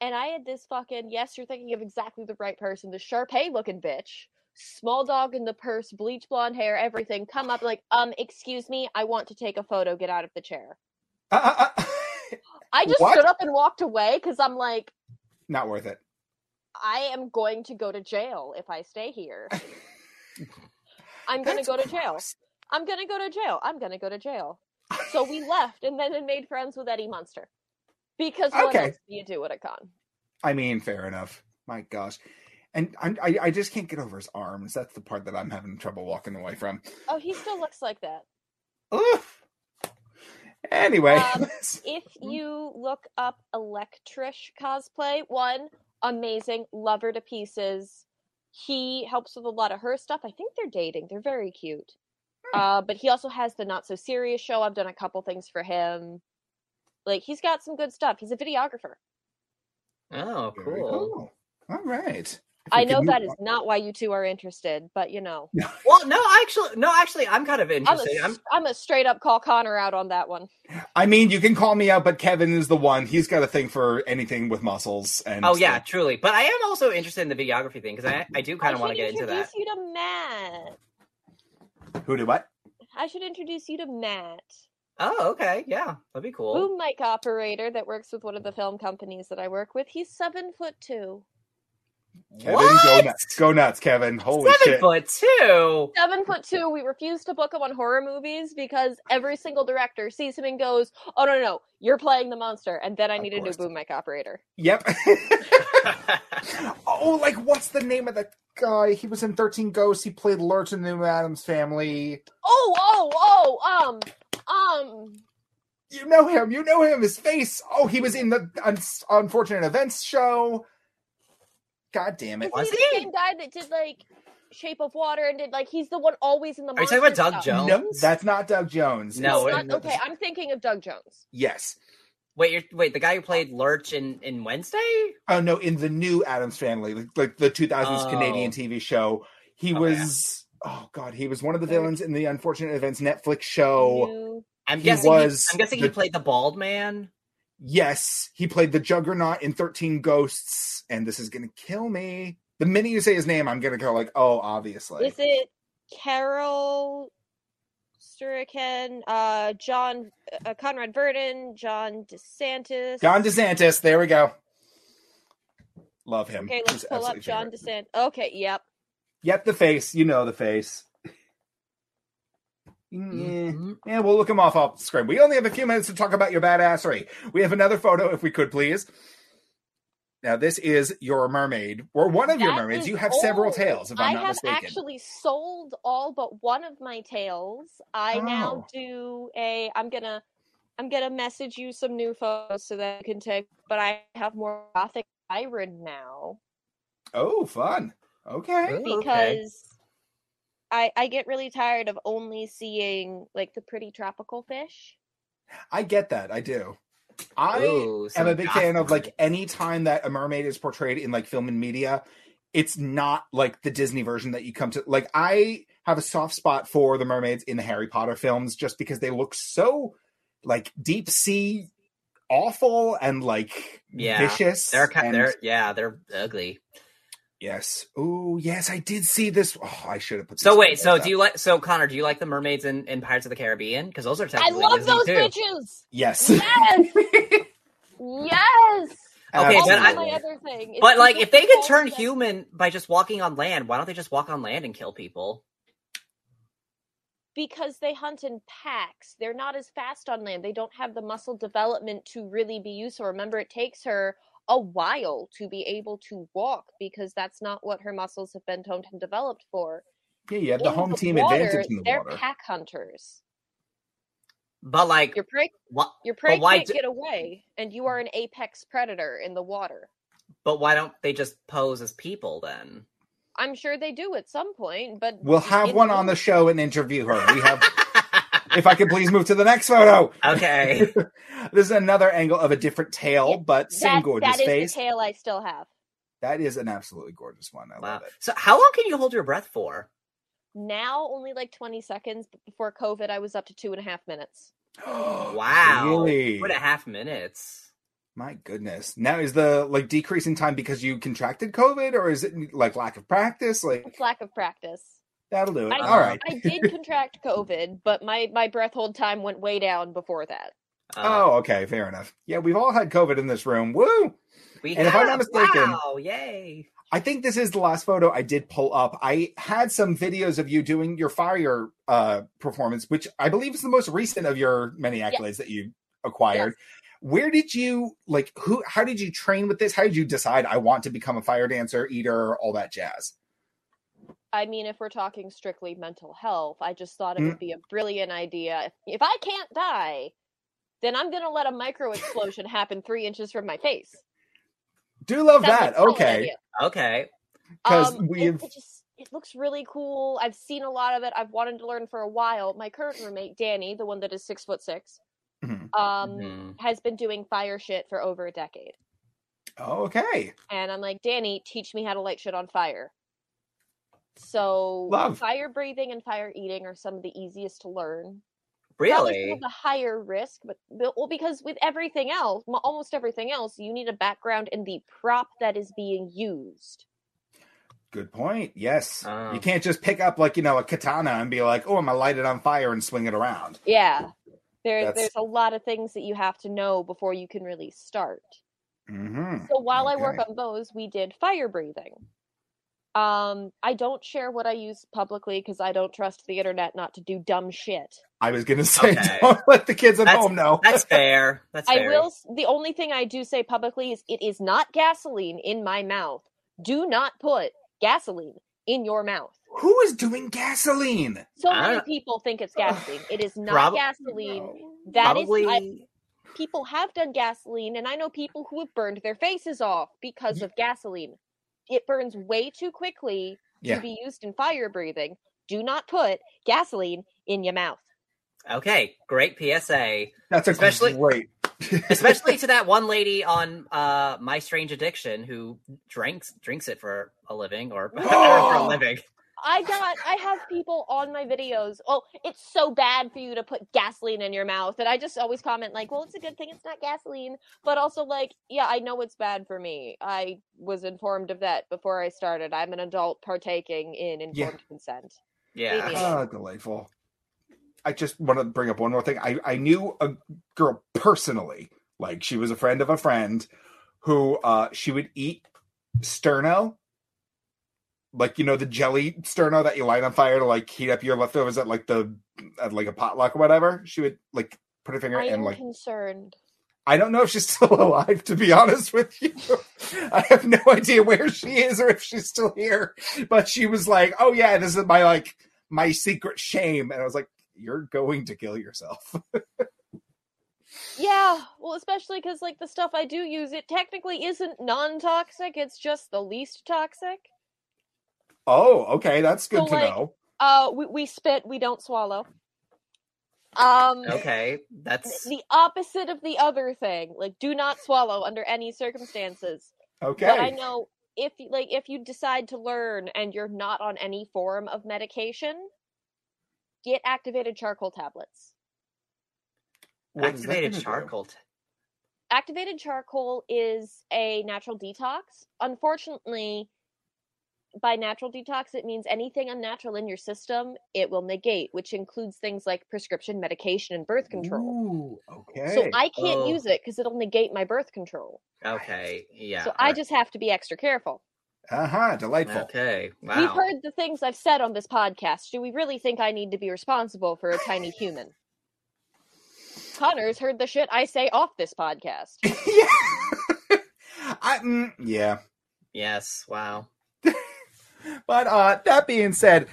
Speaker 3: And I had this fucking yes, you're thinking of exactly the right person. The Sharpay looking bitch, small dog in the purse, bleach blonde hair, everything. Come up like, um, excuse me, I want to take a photo. Get out of the chair.
Speaker 2: Uh, uh, uh.
Speaker 3: I just
Speaker 2: What?
Speaker 3: stood up and walked away because I'm like,
Speaker 2: Not worth it.
Speaker 3: I am going to go to jail if I stay here. I'm going to
Speaker 2: That's
Speaker 3: go to jail.
Speaker 2: gross.
Speaker 3: I'm going to go to jail. I'm going to go to jail. So we left and then I made friends with Eddie Munster. Because what
Speaker 2: Okay.
Speaker 3: else do you do at a con?
Speaker 2: I mean, fair enough. My gosh. And I'm, I, I just can't get over his arms. That's the part that I'm having trouble walking away from.
Speaker 3: Oh, he still looks like that.
Speaker 2: Oof. Anyway,
Speaker 3: Um, If you look up Electrish cosplay, one, amazing, love her to pieces. He helps with a lot of her stuff. I think they're dating. They're very cute.
Speaker 1: Hmm.
Speaker 3: Uh, but he also has the Not So Serious show. I've done a couple things for him. Like he's got some good stuff. He's a videographer.
Speaker 1: Oh,
Speaker 2: very
Speaker 1: cool.
Speaker 2: cool. All right.
Speaker 3: I
Speaker 2: If you
Speaker 3: know
Speaker 2: can
Speaker 3: that
Speaker 2: move
Speaker 3: is
Speaker 2: on-
Speaker 3: not why you two are interested, but you know,
Speaker 1: Well, no, actually, no, actually, I'm kind of
Speaker 3: I'm a,
Speaker 1: interested. I'm,
Speaker 3: s- I'm a straight up call Connor out on that one.
Speaker 2: I mean, you can call me out, but Kevin is the one. He's got a thing for anything with muscles. And
Speaker 1: oh yeah, truly. But I am also interested in the videography thing because I, I do kind
Speaker 3: I
Speaker 1: of want to
Speaker 3: should
Speaker 1: get into that.
Speaker 3: introduce you to Matt.
Speaker 2: Who did what?
Speaker 3: I should introduce you to Matt.
Speaker 1: Oh, okay, yeah, that'd be cool.
Speaker 3: boom mic operator that works with one of the film companies that I work with. He's seven foot two.
Speaker 2: Kevin, go
Speaker 1: What?
Speaker 2: nuts. Go nuts, Kevin. Holy
Speaker 1: Seven
Speaker 2: shit.
Speaker 1: foot two.
Speaker 3: Seven foot two. We refuse to book him on horror movies because every single director sees him and goes, "Oh no, no, no you're playing the monster." And then I
Speaker 2: Of
Speaker 3: need a new
Speaker 2: course.
Speaker 3: boom mic operator.
Speaker 2: Yep. oh, like, what's the name of that guy? He was in 13 Ghosts. He played Lurch in the Adams family.
Speaker 3: Oh, oh, oh, um, um.
Speaker 2: You know him. You know him. His face. Oh, he was in the un- unfortunate events show. God damn it!
Speaker 1: Was
Speaker 3: Is he the
Speaker 1: he?
Speaker 3: same guy that did like Shape of Water and did like he's the one always in the?
Speaker 1: Are you talking about
Speaker 3: monster
Speaker 1: Doug Jones?
Speaker 3: stuff?
Speaker 2: No, that's not Doug Jones.
Speaker 1: No,
Speaker 2: It's-
Speaker 3: Not- okay, I'm thinking of Doug Jones.
Speaker 2: Yes.
Speaker 1: Wait, you're, wait, the guy who played Lurch in in Wednesday?
Speaker 2: Oh no, in the new Adams Family, like, like the 2000s
Speaker 1: Oh.
Speaker 2: Canadian TV show, he
Speaker 1: Oh,
Speaker 2: was. Oh god, he was one of the
Speaker 3: Very-
Speaker 2: villains in the unfortunate events Netflix
Speaker 1: Oh.
Speaker 2: show.
Speaker 3: You-
Speaker 1: I'm
Speaker 2: He
Speaker 1: guessing.
Speaker 2: was
Speaker 1: he, I'm guessing he
Speaker 2: the-
Speaker 1: played the bald man.
Speaker 2: Yes, he played the Juggernaut in 13 Ghosts, and this is gonna kill me. The minute you say his name, I'm gonna go like, oh, obviously.
Speaker 3: is it Carol Sturican, uh, John uh, Conrad Verdon, John DeSantis.
Speaker 2: John DeSantis. There we go. Love him.
Speaker 3: okay, let's
Speaker 2: He's
Speaker 3: pull up
Speaker 2: absolutely
Speaker 3: John
Speaker 2: favorite.
Speaker 3: DeSantis. Okay, yep.
Speaker 2: Yep, the face. You know the face. Yeah.
Speaker 1: Mhm.
Speaker 2: Yeah, we'll look him off off screen. We only have a few minutes to talk about your badassery. We have another photo, if we could please. Now, this is your mermaid, or one of your
Speaker 3: That
Speaker 2: mermaids.
Speaker 3: is
Speaker 2: You have several
Speaker 3: old.
Speaker 2: tails, if I'm
Speaker 3: I
Speaker 2: not
Speaker 3: have
Speaker 2: mistaken.
Speaker 3: actually sold all but one of my tails. I now
Speaker 2: Oh.
Speaker 3: do a. I'm gonna. I'm gonna message you some new photos so that you can take. But I have more gothic siren now
Speaker 2: Oh, fun. Okay.
Speaker 1: Ooh,
Speaker 3: because
Speaker 1: okay.
Speaker 3: I I get really tired of only seeing like the pretty tropical fish.
Speaker 2: I get that. I do. I
Speaker 1: Ooh,
Speaker 2: am
Speaker 1: some
Speaker 2: a big fan of
Speaker 1: gossip.
Speaker 2: like any time that a mermaid is portrayed in like film and media, it's not like the Disney version that you come to. Like I have a soft spot for the mermaids in the Harry Potter films just because they look so like deep sea awful and like
Speaker 1: Yeah.
Speaker 2: vicious.
Speaker 1: They're kind.
Speaker 2: and-
Speaker 1: They're yeah. They're ugly.
Speaker 2: yes. Oh yes, I did see this. Oh, I should have put.
Speaker 1: So
Speaker 2: these
Speaker 1: wait. So
Speaker 2: photos
Speaker 1: do
Speaker 2: up.
Speaker 1: you like? So Connor, do you like the mermaids in, in Pirates of the Caribbean? Because those are
Speaker 3: I
Speaker 1: technically
Speaker 3: love
Speaker 1: Disney
Speaker 3: those
Speaker 1: too.
Speaker 3: bitches.
Speaker 2: Yes.
Speaker 3: Yes. yes.
Speaker 1: Okay,
Speaker 3: Also,
Speaker 1: but I-
Speaker 3: my other thing. is
Speaker 1: But like,
Speaker 3: people
Speaker 1: if they could
Speaker 3: call
Speaker 1: turn
Speaker 3: them-
Speaker 1: human by just walking on land, why don't they just walk on land and kill people?
Speaker 3: because they hunt in packs. They're not as fast on land. They don't have the muscle development to really be useful. Remember, it takes her a while to be able to walk because that's not what her muscles have been toned and developed for.
Speaker 2: yeah, you have the
Speaker 3: In
Speaker 2: home team
Speaker 3: water,
Speaker 2: advantage in the
Speaker 3: they're
Speaker 2: water.
Speaker 3: pack hunters.
Speaker 1: But like,
Speaker 3: Your prey,
Speaker 1: wha-
Speaker 3: your prey
Speaker 1: But why
Speaker 3: can't
Speaker 1: do-
Speaker 3: get away, and you are an apex predator in the water.
Speaker 1: but why don't they just pose as people then?
Speaker 3: I'm sure they do at some point, but
Speaker 2: We'll have
Speaker 3: in
Speaker 2: one on the show and interview her. We have. if I could please move to the next photo.
Speaker 1: okay.
Speaker 2: This is another angle of a different tail,
Speaker 3: Yeah,
Speaker 2: but same
Speaker 3: that-
Speaker 2: gorgeous
Speaker 3: that is
Speaker 2: face.
Speaker 3: the tail I still have.
Speaker 2: That is an absolutely gorgeous one. I
Speaker 1: Wow.
Speaker 2: love it.
Speaker 1: So how long can you hold your breath for?
Speaker 3: Now only like 20 seconds, but before COVID, I was up to two and a half minutes.
Speaker 1: Wow.
Speaker 2: Really?
Speaker 1: Two and a half minutes.
Speaker 2: My goodness. Now is the like decrease in time because you contracted COVID or is it like lack of practice? Like
Speaker 3: It's lack of practice.
Speaker 2: that'll do it.
Speaker 3: I-
Speaker 2: All right.
Speaker 3: I did contract COVID, but my my breath hold time went way down before that.
Speaker 1: Uh,
Speaker 2: Oh, okay, fair enough. Yeah, we've all had COVID in this room. Woo!
Speaker 1: we
Speaker 2: and if I'm
Speaker 1: have-
Speaker 2: not mistaken-
Speaker 1: wow, yay!
Speaker 2: I think this is the last photo I did pull up. I had some videos of you doing your fire uh, performance, which I believe is the most recent of your many accolades that you acquired. Where did you like? Who? How did you train with this? How did you decide I want to become a fire dancer, eater, all that jazz?
Speaker 3: I mean, if we're talking strictly mental health, I just thought it
Speaker 2: Mm.
Speaker 3: would be a brilliant idea. If, if I can't die, then I'm gonna let a micro explosion happen three inches from my face.
Speaker 2: Do love
Speaker 3: Sounds like
Speaker 2: that.
Speaker 3: a solid
Speaker 2: Okay,
Speaker 3: idea.
Speaker 1: Okay,
Speaker 2: 'Cause
Speaker 3: Um,
Speaker 2: we've-
Speaker 3: it, it just it looks really cool. I've seen a lot of it. I've wanted to learn for a while. My current roommate, Danny, the one that is six foot six,
Speaker 2: Mhm.
Speaker 3: um,
Speaker 1: Mhm.
Speaker 3: has been doing fire shit for over a decade.
Speaker 2: okay.
Speaker 3: and I'm like, Danny, teach me how to light shit on fire. So
Speaker 2: Love.
Speaker 3: fire breathing and fire eating are some of the easiest to learn. Probably some
Speaker 1: really?
Speaker 3: of the higher risk, but but- well, because with everything else, mo- almost everything else, you need a background in the prop that is being used.
Speaker 2: Good point. Yes,
Speaker 1: Oh.
Speaker 2: you can't just pick up like you know a katana and be like, "Oh, I'm gonna light it on fire and swing it around."
Speaker 3: Yeah, there,
Speaker 2: That's-
Speaker 3: there's a lot of things that you have to know before you can really start.
Speaker 2: hmm
Speaker 3: So while I work
Speaker 2: Okay.
Speaker 3: on those, we did fire breathing. Um, I don't share what I use publicly because I don't trust the internet not to do dumb shit.
Speaker 2: I was gonna say,
Speaker 1: Okay.
Speaker 2: don't let the kids at
Speaker 1: That's-
Speaker 2: home know.
Speaker 1: That's fair. That's
Speaker 3: I
Speaker 1: fair.
Speaker 3: will. s- The only thing I do say publicly is it is not gasoline in my mouth. Do not put gasoline in your mouth.
Speaker 2: Who is doing gasoline?
Speaker 3: So
Speaker 1: I
Speaker 3: many
Speaker 1: don't-
Speaker 3: people think it's gasoline. It is not
Speaker 1: Prob-
Speaker 3: gasoline.
Speaker 2: No.
Speaker 3: That is.
Speaker 1: Probably.
Speaker 3: I- people have done gasoline, and I know people who have burned their faces off because of gasoline. It burns way too quickly
Speaker 2: Yeah.
Speaker 3: to be used in fire breathing. Do not put gasoline in your mouth.
Speaker 1: okay, great PSA.
Speaker 2: That's a
Speaker 1: Especially-
Speaker 2: great.
Speaker 1: especially to that one lady on uh my strange addiction who drinks drinks it for a living or or for a living
Speaker 3: I got I have people on my videos. Oh, it's so bad for you to put gasoline in your mouth. And I just always comment like, "Well, it's a good thing it's not gasoline." But also like, yeah, I know it's bad for me. I was informed of that before I started. I'm an adult partaking in informed
Speaker 2: Yeah.
Speaker 3: consent.
Speaker 1: Yeah.
Speaker 3: Maybe.
Speaker 2: Ah, delightful. I just want to bring up one more thing. I, I knew a girl personally, like she was a friend of a friend, who uh she would eat sterno, like you know the jelly sterno that you light on fire to like heat up your leftovers at like the at like a potluck or whatever. She would like put her finger
Speaker 3: I
Speaker 2: and
Speaker 3: am
Speaker 2: like
Speaker 3: concerned.
Speaker 2: I don't know if she's still alive, to be honest with you. I have no idea where she is or if she's still here. But she was like, Oh yeah, this is my like my secret shame. And I was like, You're going to kill yourself.
Speaker 3: Yeah, well, especially because like the stuff I do use, it technically isn't non-toxic. It's just the least toxic.
Speaker 2: Oh, okay, that's good
Speaker 3: So,
Speaker 2: to
Speaker 3: like-
Speaker 2: know.
Speaker 3: Uh, we, we spit, we don't swallow. Um,
Speaker 1: Okay.
Speaker 3: th-
Speaker 1: That's
Speaker 3: the opposite of the other thing. Like, do not swallow under any circumstances. But I
Speaker 2: Okay.
Speaker 3: know if you- like if you decide to learn and you're not on any form of medication, get activated charcoal tablets.
Speaker 2: What is that
Speaker 1: activated
Speaker 2: gonna do?
Speaker 1: charcoal. t-
Speaker 3: activated charcoal is a natural detox. Unfortunately, by natural detox, it means anything unnatural in your system, it will negate, which includes things like prescription medication and birth control.
Speaker 2: Ooh, okay.
Speaker 3: So I can't
Speaker 1: Oh.
Speaker 3: use it because it'll negate my birth control.
Speaker 1: Okay. Yeah.
Speaker 3: so I just have to be extra careful.
Speaker 2: uh-huh, delightful.
Speaker 1: Okay. Wow.
Speaker 3: We've heard the things I've said on this podcast. Do we really think I need to be responsible for a tiny human? Connor's heard the shit I say off this podcast.
Speaker 2: yeah. I mm, yeah.
Speaker 1: Yes. Wow.
Speaker 2: But uh, that being said,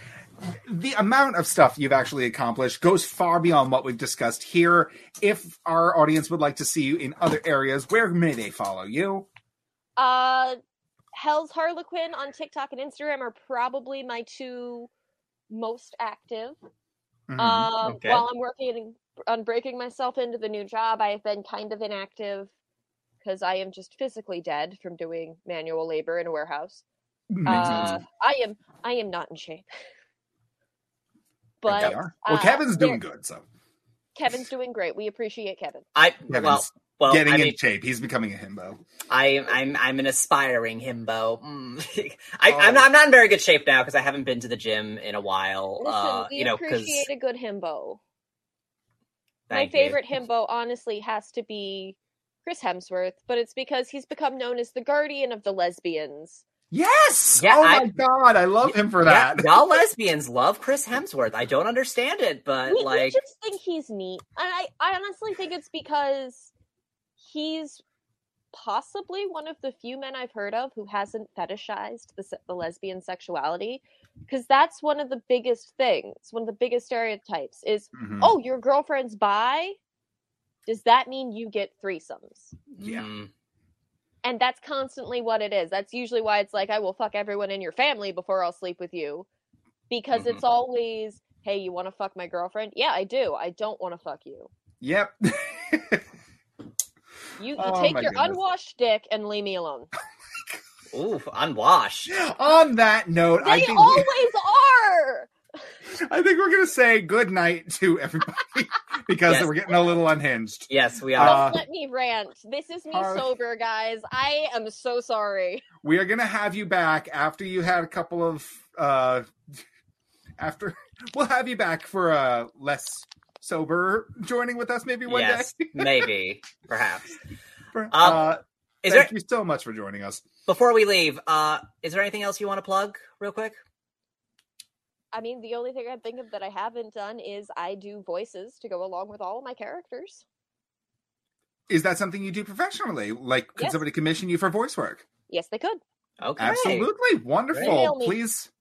Speaker 2: the amount of stuff you've actually accomplished goes far beyond what we've discussed here. If our audience would like to see you in other areas, where may they follow you?
Speaker 3: Uh, Hell's Harlequin on TikTok and Instagram are probably my two most active.
Speaker 2: Mhm.
Speaker 3: Um,
Speaker 1: okay.
Speaker 3: While I'm working on breaking myself into the new job, I have been kind of inactive because I am just physically dead from doing manual labor in a warehouse.
Speaker 2: Makes sense.
Speaker 3: Uh, I am I am not in shape.
Speaker 2: There
Speaker 3: But
Speaker 2: they are. well,
Speaker 3: uh,
Speaker 2: Kevin's doing
Speaker 3: there-
Speaker 2: good, so
Speaker 3: Kevin's doing great. We appreciate Kevin.
Speaker 1: I
Speaker 2: Kevin's
Speaker 1: well well
Speaker 2: getting
Speaker 1: I
Speaker 2: in
Speaker 1: mean
Speaker 2: shape. He's becoming a himbo.
Speaker 1: I I'm I'm an aspiring himbo. Mm. I,
Speaker 2: Oh.
Speaker 1: I'm not I'm not in very good shape now because I haven't been to the gym in a while.
Speaker 3: Listen,
Speaker 1: uh,
Speaker 3: we
Speaker 1: you know because
Speaker 3: appreciate a good himbo. my
Speaker 1: thank you.
Speaker 3: favorite himbo honestly has to be Chris Hemsworth, but it's because he's become known as the guardian of the lesbians.
Speaker 2: Yes!
Speaker 1: Yeah,
Speaker 2: oh
Speaker 1: I-
Speaker 2: my god, I love him for
Speaker 1: Yeah,
Speaker 2: that.
Speaker 1: y'all lesbians love Chris Hemsworth. I don't understand it, but
Speaker 3: We, we
Speaker 1: like
Speaker 3: just think he's neat. And I, I honestly think it's because he's possibly one of the few men I've heard of who hasn't fetishized the, se- the lesbian sexuality. Because that's one of the biggest things, one of the biggest stereotypes is,
Speaker 2: Mhm.
Speaker 1: Hmm.
Speaker 3: oh, your girlfriend's bi? Does that mean you get threesomes?
Speaker 2: Yeah.
Speaker 1: mm,
Speaker 3: and that's constantly what it is that's usually why it's like i will fuck everyone in your family before i'll sleep with you because
Speaker 2: Mm-hmm.
Speaker 3: it's always hey you want to fuck my girlfriend yeah i do i don't want to fuck you
Speaker 2: Yep.
Speaker 3: you, you
Speaker 2: Oh
Speaker 3: take
Speaker 2: my
Speaker 3: your
Speaker 2: goodness.
Speaker 3: unwashed dick and leave me alone
Speaker 1: oof, unwashed.
Speaker 2: On that note, I
Speaker 3: they
Speaker 2: think
Speaker 3: always are
Speaker 2: I think we're gonna say good night to everybody because
Speaker 1: Yes.
Speaker 2: we're getting a little unhinged.
Speaker 1: Yes, we
Speaker 2: Uh,
Speaker 1: are.
Speaker 3: don't let me rant this is me
Speaker 2: Har-
Speaker 3: sober guys i am so sorry
Speaker 2: we are going to have you back after you had a couple of uh after we'll have you back for uh less sober joining with us maybe one
Speaker 1: yes,
Speaker 2: day
Speaker 1: maybe, perhaps.
Speaker 2: For-
Speaker 1: Um,
Speaker 2: uh,
Speaker 1: Is
Speaker 2: thank
Speaker 1: there
Speaker 2: you so much for joining us
Speaker 1: before we leave? Uh, is there anything else you want to plug, real quick?
Speaker 3: i mean the only thing i think of that i haven't done is i do voices to go along with all of my characters
Speaker 2: is that something you do professionally like could
Speaker 3: Yes.
Speaker 2: somebody commission you for voice work
Speaker 3: yes they could
Speaker 1: Okay,
Speaker 2: absolutely
Speaker 3: Email
Speaker 2: wonderful
Speaker 3: me.
Speaker 2: please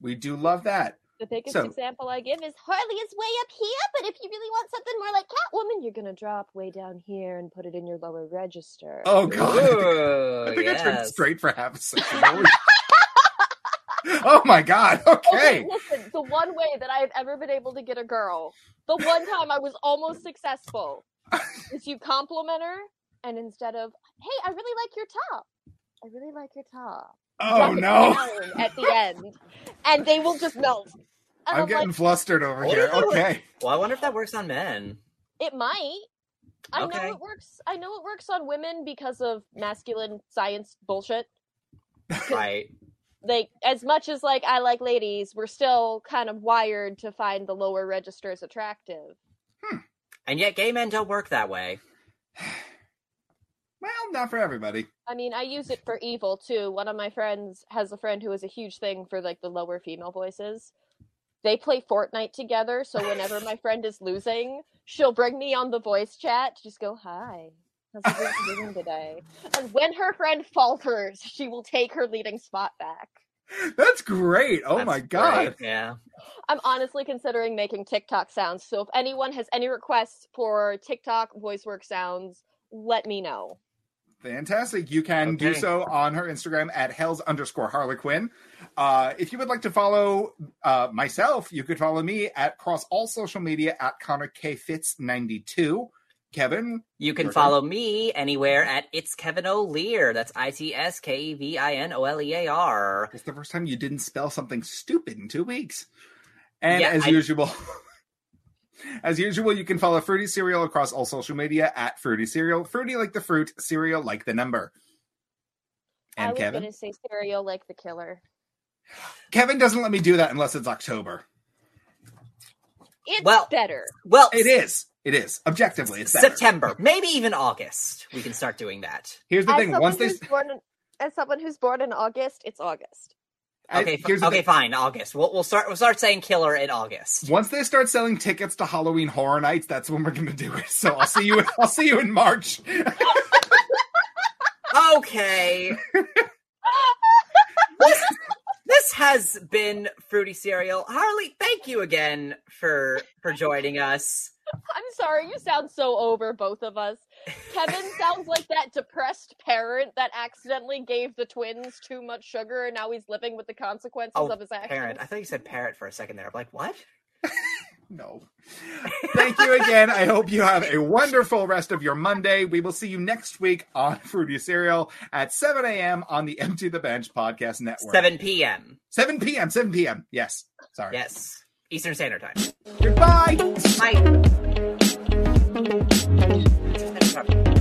Speaker 2: we do love that
Speaker 3: The biggest
Speaker 2: So-
Speaker 3: example I give is
Speaker 4: Harley is way up here, but if you really want something more like cat,
Speaker 3: Catwoman. You're gonna drop way down here and put it in your lower register.
Speaker 2: oh
Speaker 1: Ooh,
Speaker 2: god I think- i think i turned
Speaker 1: yes.
Speaker 2: straight for half a second Holy- oh my god okay
Speaker 3: listen. The one way that I've ever been able to get a girl, the one time I was almost successful, is you compliment her, and instead of "Hey, I really like your top," I really like your top.
Speaker 2: oh
Speaker 3: drop it
Speaker 2: no
Speaker 3: down At the end, and they will just melt. And I'm,
Speaker 2: i'm getting
Speaker 3: like,
Speaker 2: flustered over
Speaker 1: What
Speaker 2: here
Speaker 1: is it with-
Speaker 2: okay
Speaker 1: Well, I wonder if that works on men.
Speaker 3: it might. I
Speaker 1: Okay.
Speaker 3: know it works. I know it works on women because of masculine science bullshit.
Speaker 1: Right.
Speaker 3: like as much as like I like ladies, we're still kind of wired to find the lower registers attractive.
Speaker 1: And yet, gay men don't work that way.
Speaker 2: Well, not for everybody.
Speaker 3: I mean, I use it for evil too. One of my friends has a friend who is a huge thing for like the lower female voices. They play Fortnite together, so whenever my friend is losing, she'll bring me on the voice chat to just go, "Hi, how's everyone doing today?" And when her friend falters, she will take her leading spot back.
Speaker 2: That's great. Oh
Speaker 1: That's
Speaker 2: my god.
Speaker 1: great, Yeah.
Speaker 3: I'm honestly considering making TikTok sounds. So if anyone has any requests for TikTok voice work sounds, let me know.
Speaker 2: Fantastic. You can do
Speaker 1: Okay.
Speaker 2: so on her Instagram at hells underscore harlequin. Uh, if you would like to follow uh, myself, you could follow me at cross all social media at Connor K Fitz 92. Kevin,
Speaker 1: You can
Speaker 2: Your turn.
Speaker 1: follow me anywhere at it's Kevin O'Lear. That's I T S K E V I N O L E A R.
Speaker 2: it's the first time you didn't spell something stupid in two weeks. And
Speaker 1: Yeah,
Speaker 2: as
Speaker 1: I-
Speaker 2: usual, as usual, you can follow Fruity Cereal across all social media at Fruity Cereal. Fruity like the fruit, cereal like the number.
Speaker 3: I
Speaker 2: And
Speaker 3: was
Speaker 2: Kevin,
Speaker 3: gonna say stereo like the killer.
Speaker 2: Kevin doesn't let me do that unless it's October.
Speaker 3: It's
Speaker 1: Well,
Speaker 3: better.
Speaker 1: Well,
Speaker 2: It is. It is. Objectively, it's better.
Speaker 1: September, maybe even August. We can start doing that.
Speaker 2: Here's the
Speaker 3: as
Speaker 2: thing.
Speaker 3: someone
Speaker 2: Once they
Speaker 3: who's born in, as someone who's born in August, it's August.
Speaker 2: I-
Speaker 1: Okay, f-
Speaker 2: here's the
Speaker 1: okay,
Speaker 2: thing.
Speaker 1: fine. August. We'll, we'll start. We'll start saying killer in August.
Speaker 2: Once they start selling tickets to Halloween Horror Nights, that's when we're going to do it. So I'll see you. I'll see you in March.
Speaker 1: Okay. this, this has been Fruity Cereal. Harley, thank you again for for joining us.
Speaker 3: I'm sorry, you sound so over both of us. Kevin sounds like that depressed parent that accidentally gave the twins too much sugar and now he's living with the consequences
Speaker 1: Oh,
Speaker 3: of his actions.
Speaker 1: Parrot. I thought you said parrot for a second there. I'm like, what?
Speaker 2: no. Thank you again. I hope you have a wonderful rest of your Monday. We will see you next week on Fruity Cereal at 7 a.m. on the Empty the Bench Podcast Network.
Speaker 1: 7 p.m.
Speaker 2: 7 p.m. 7 p.m. Yes. Sorry.
Speaker 1: Yes. Eastern Standard Time.
Speaker 2: Goodbye.
Speaker 1: Bye.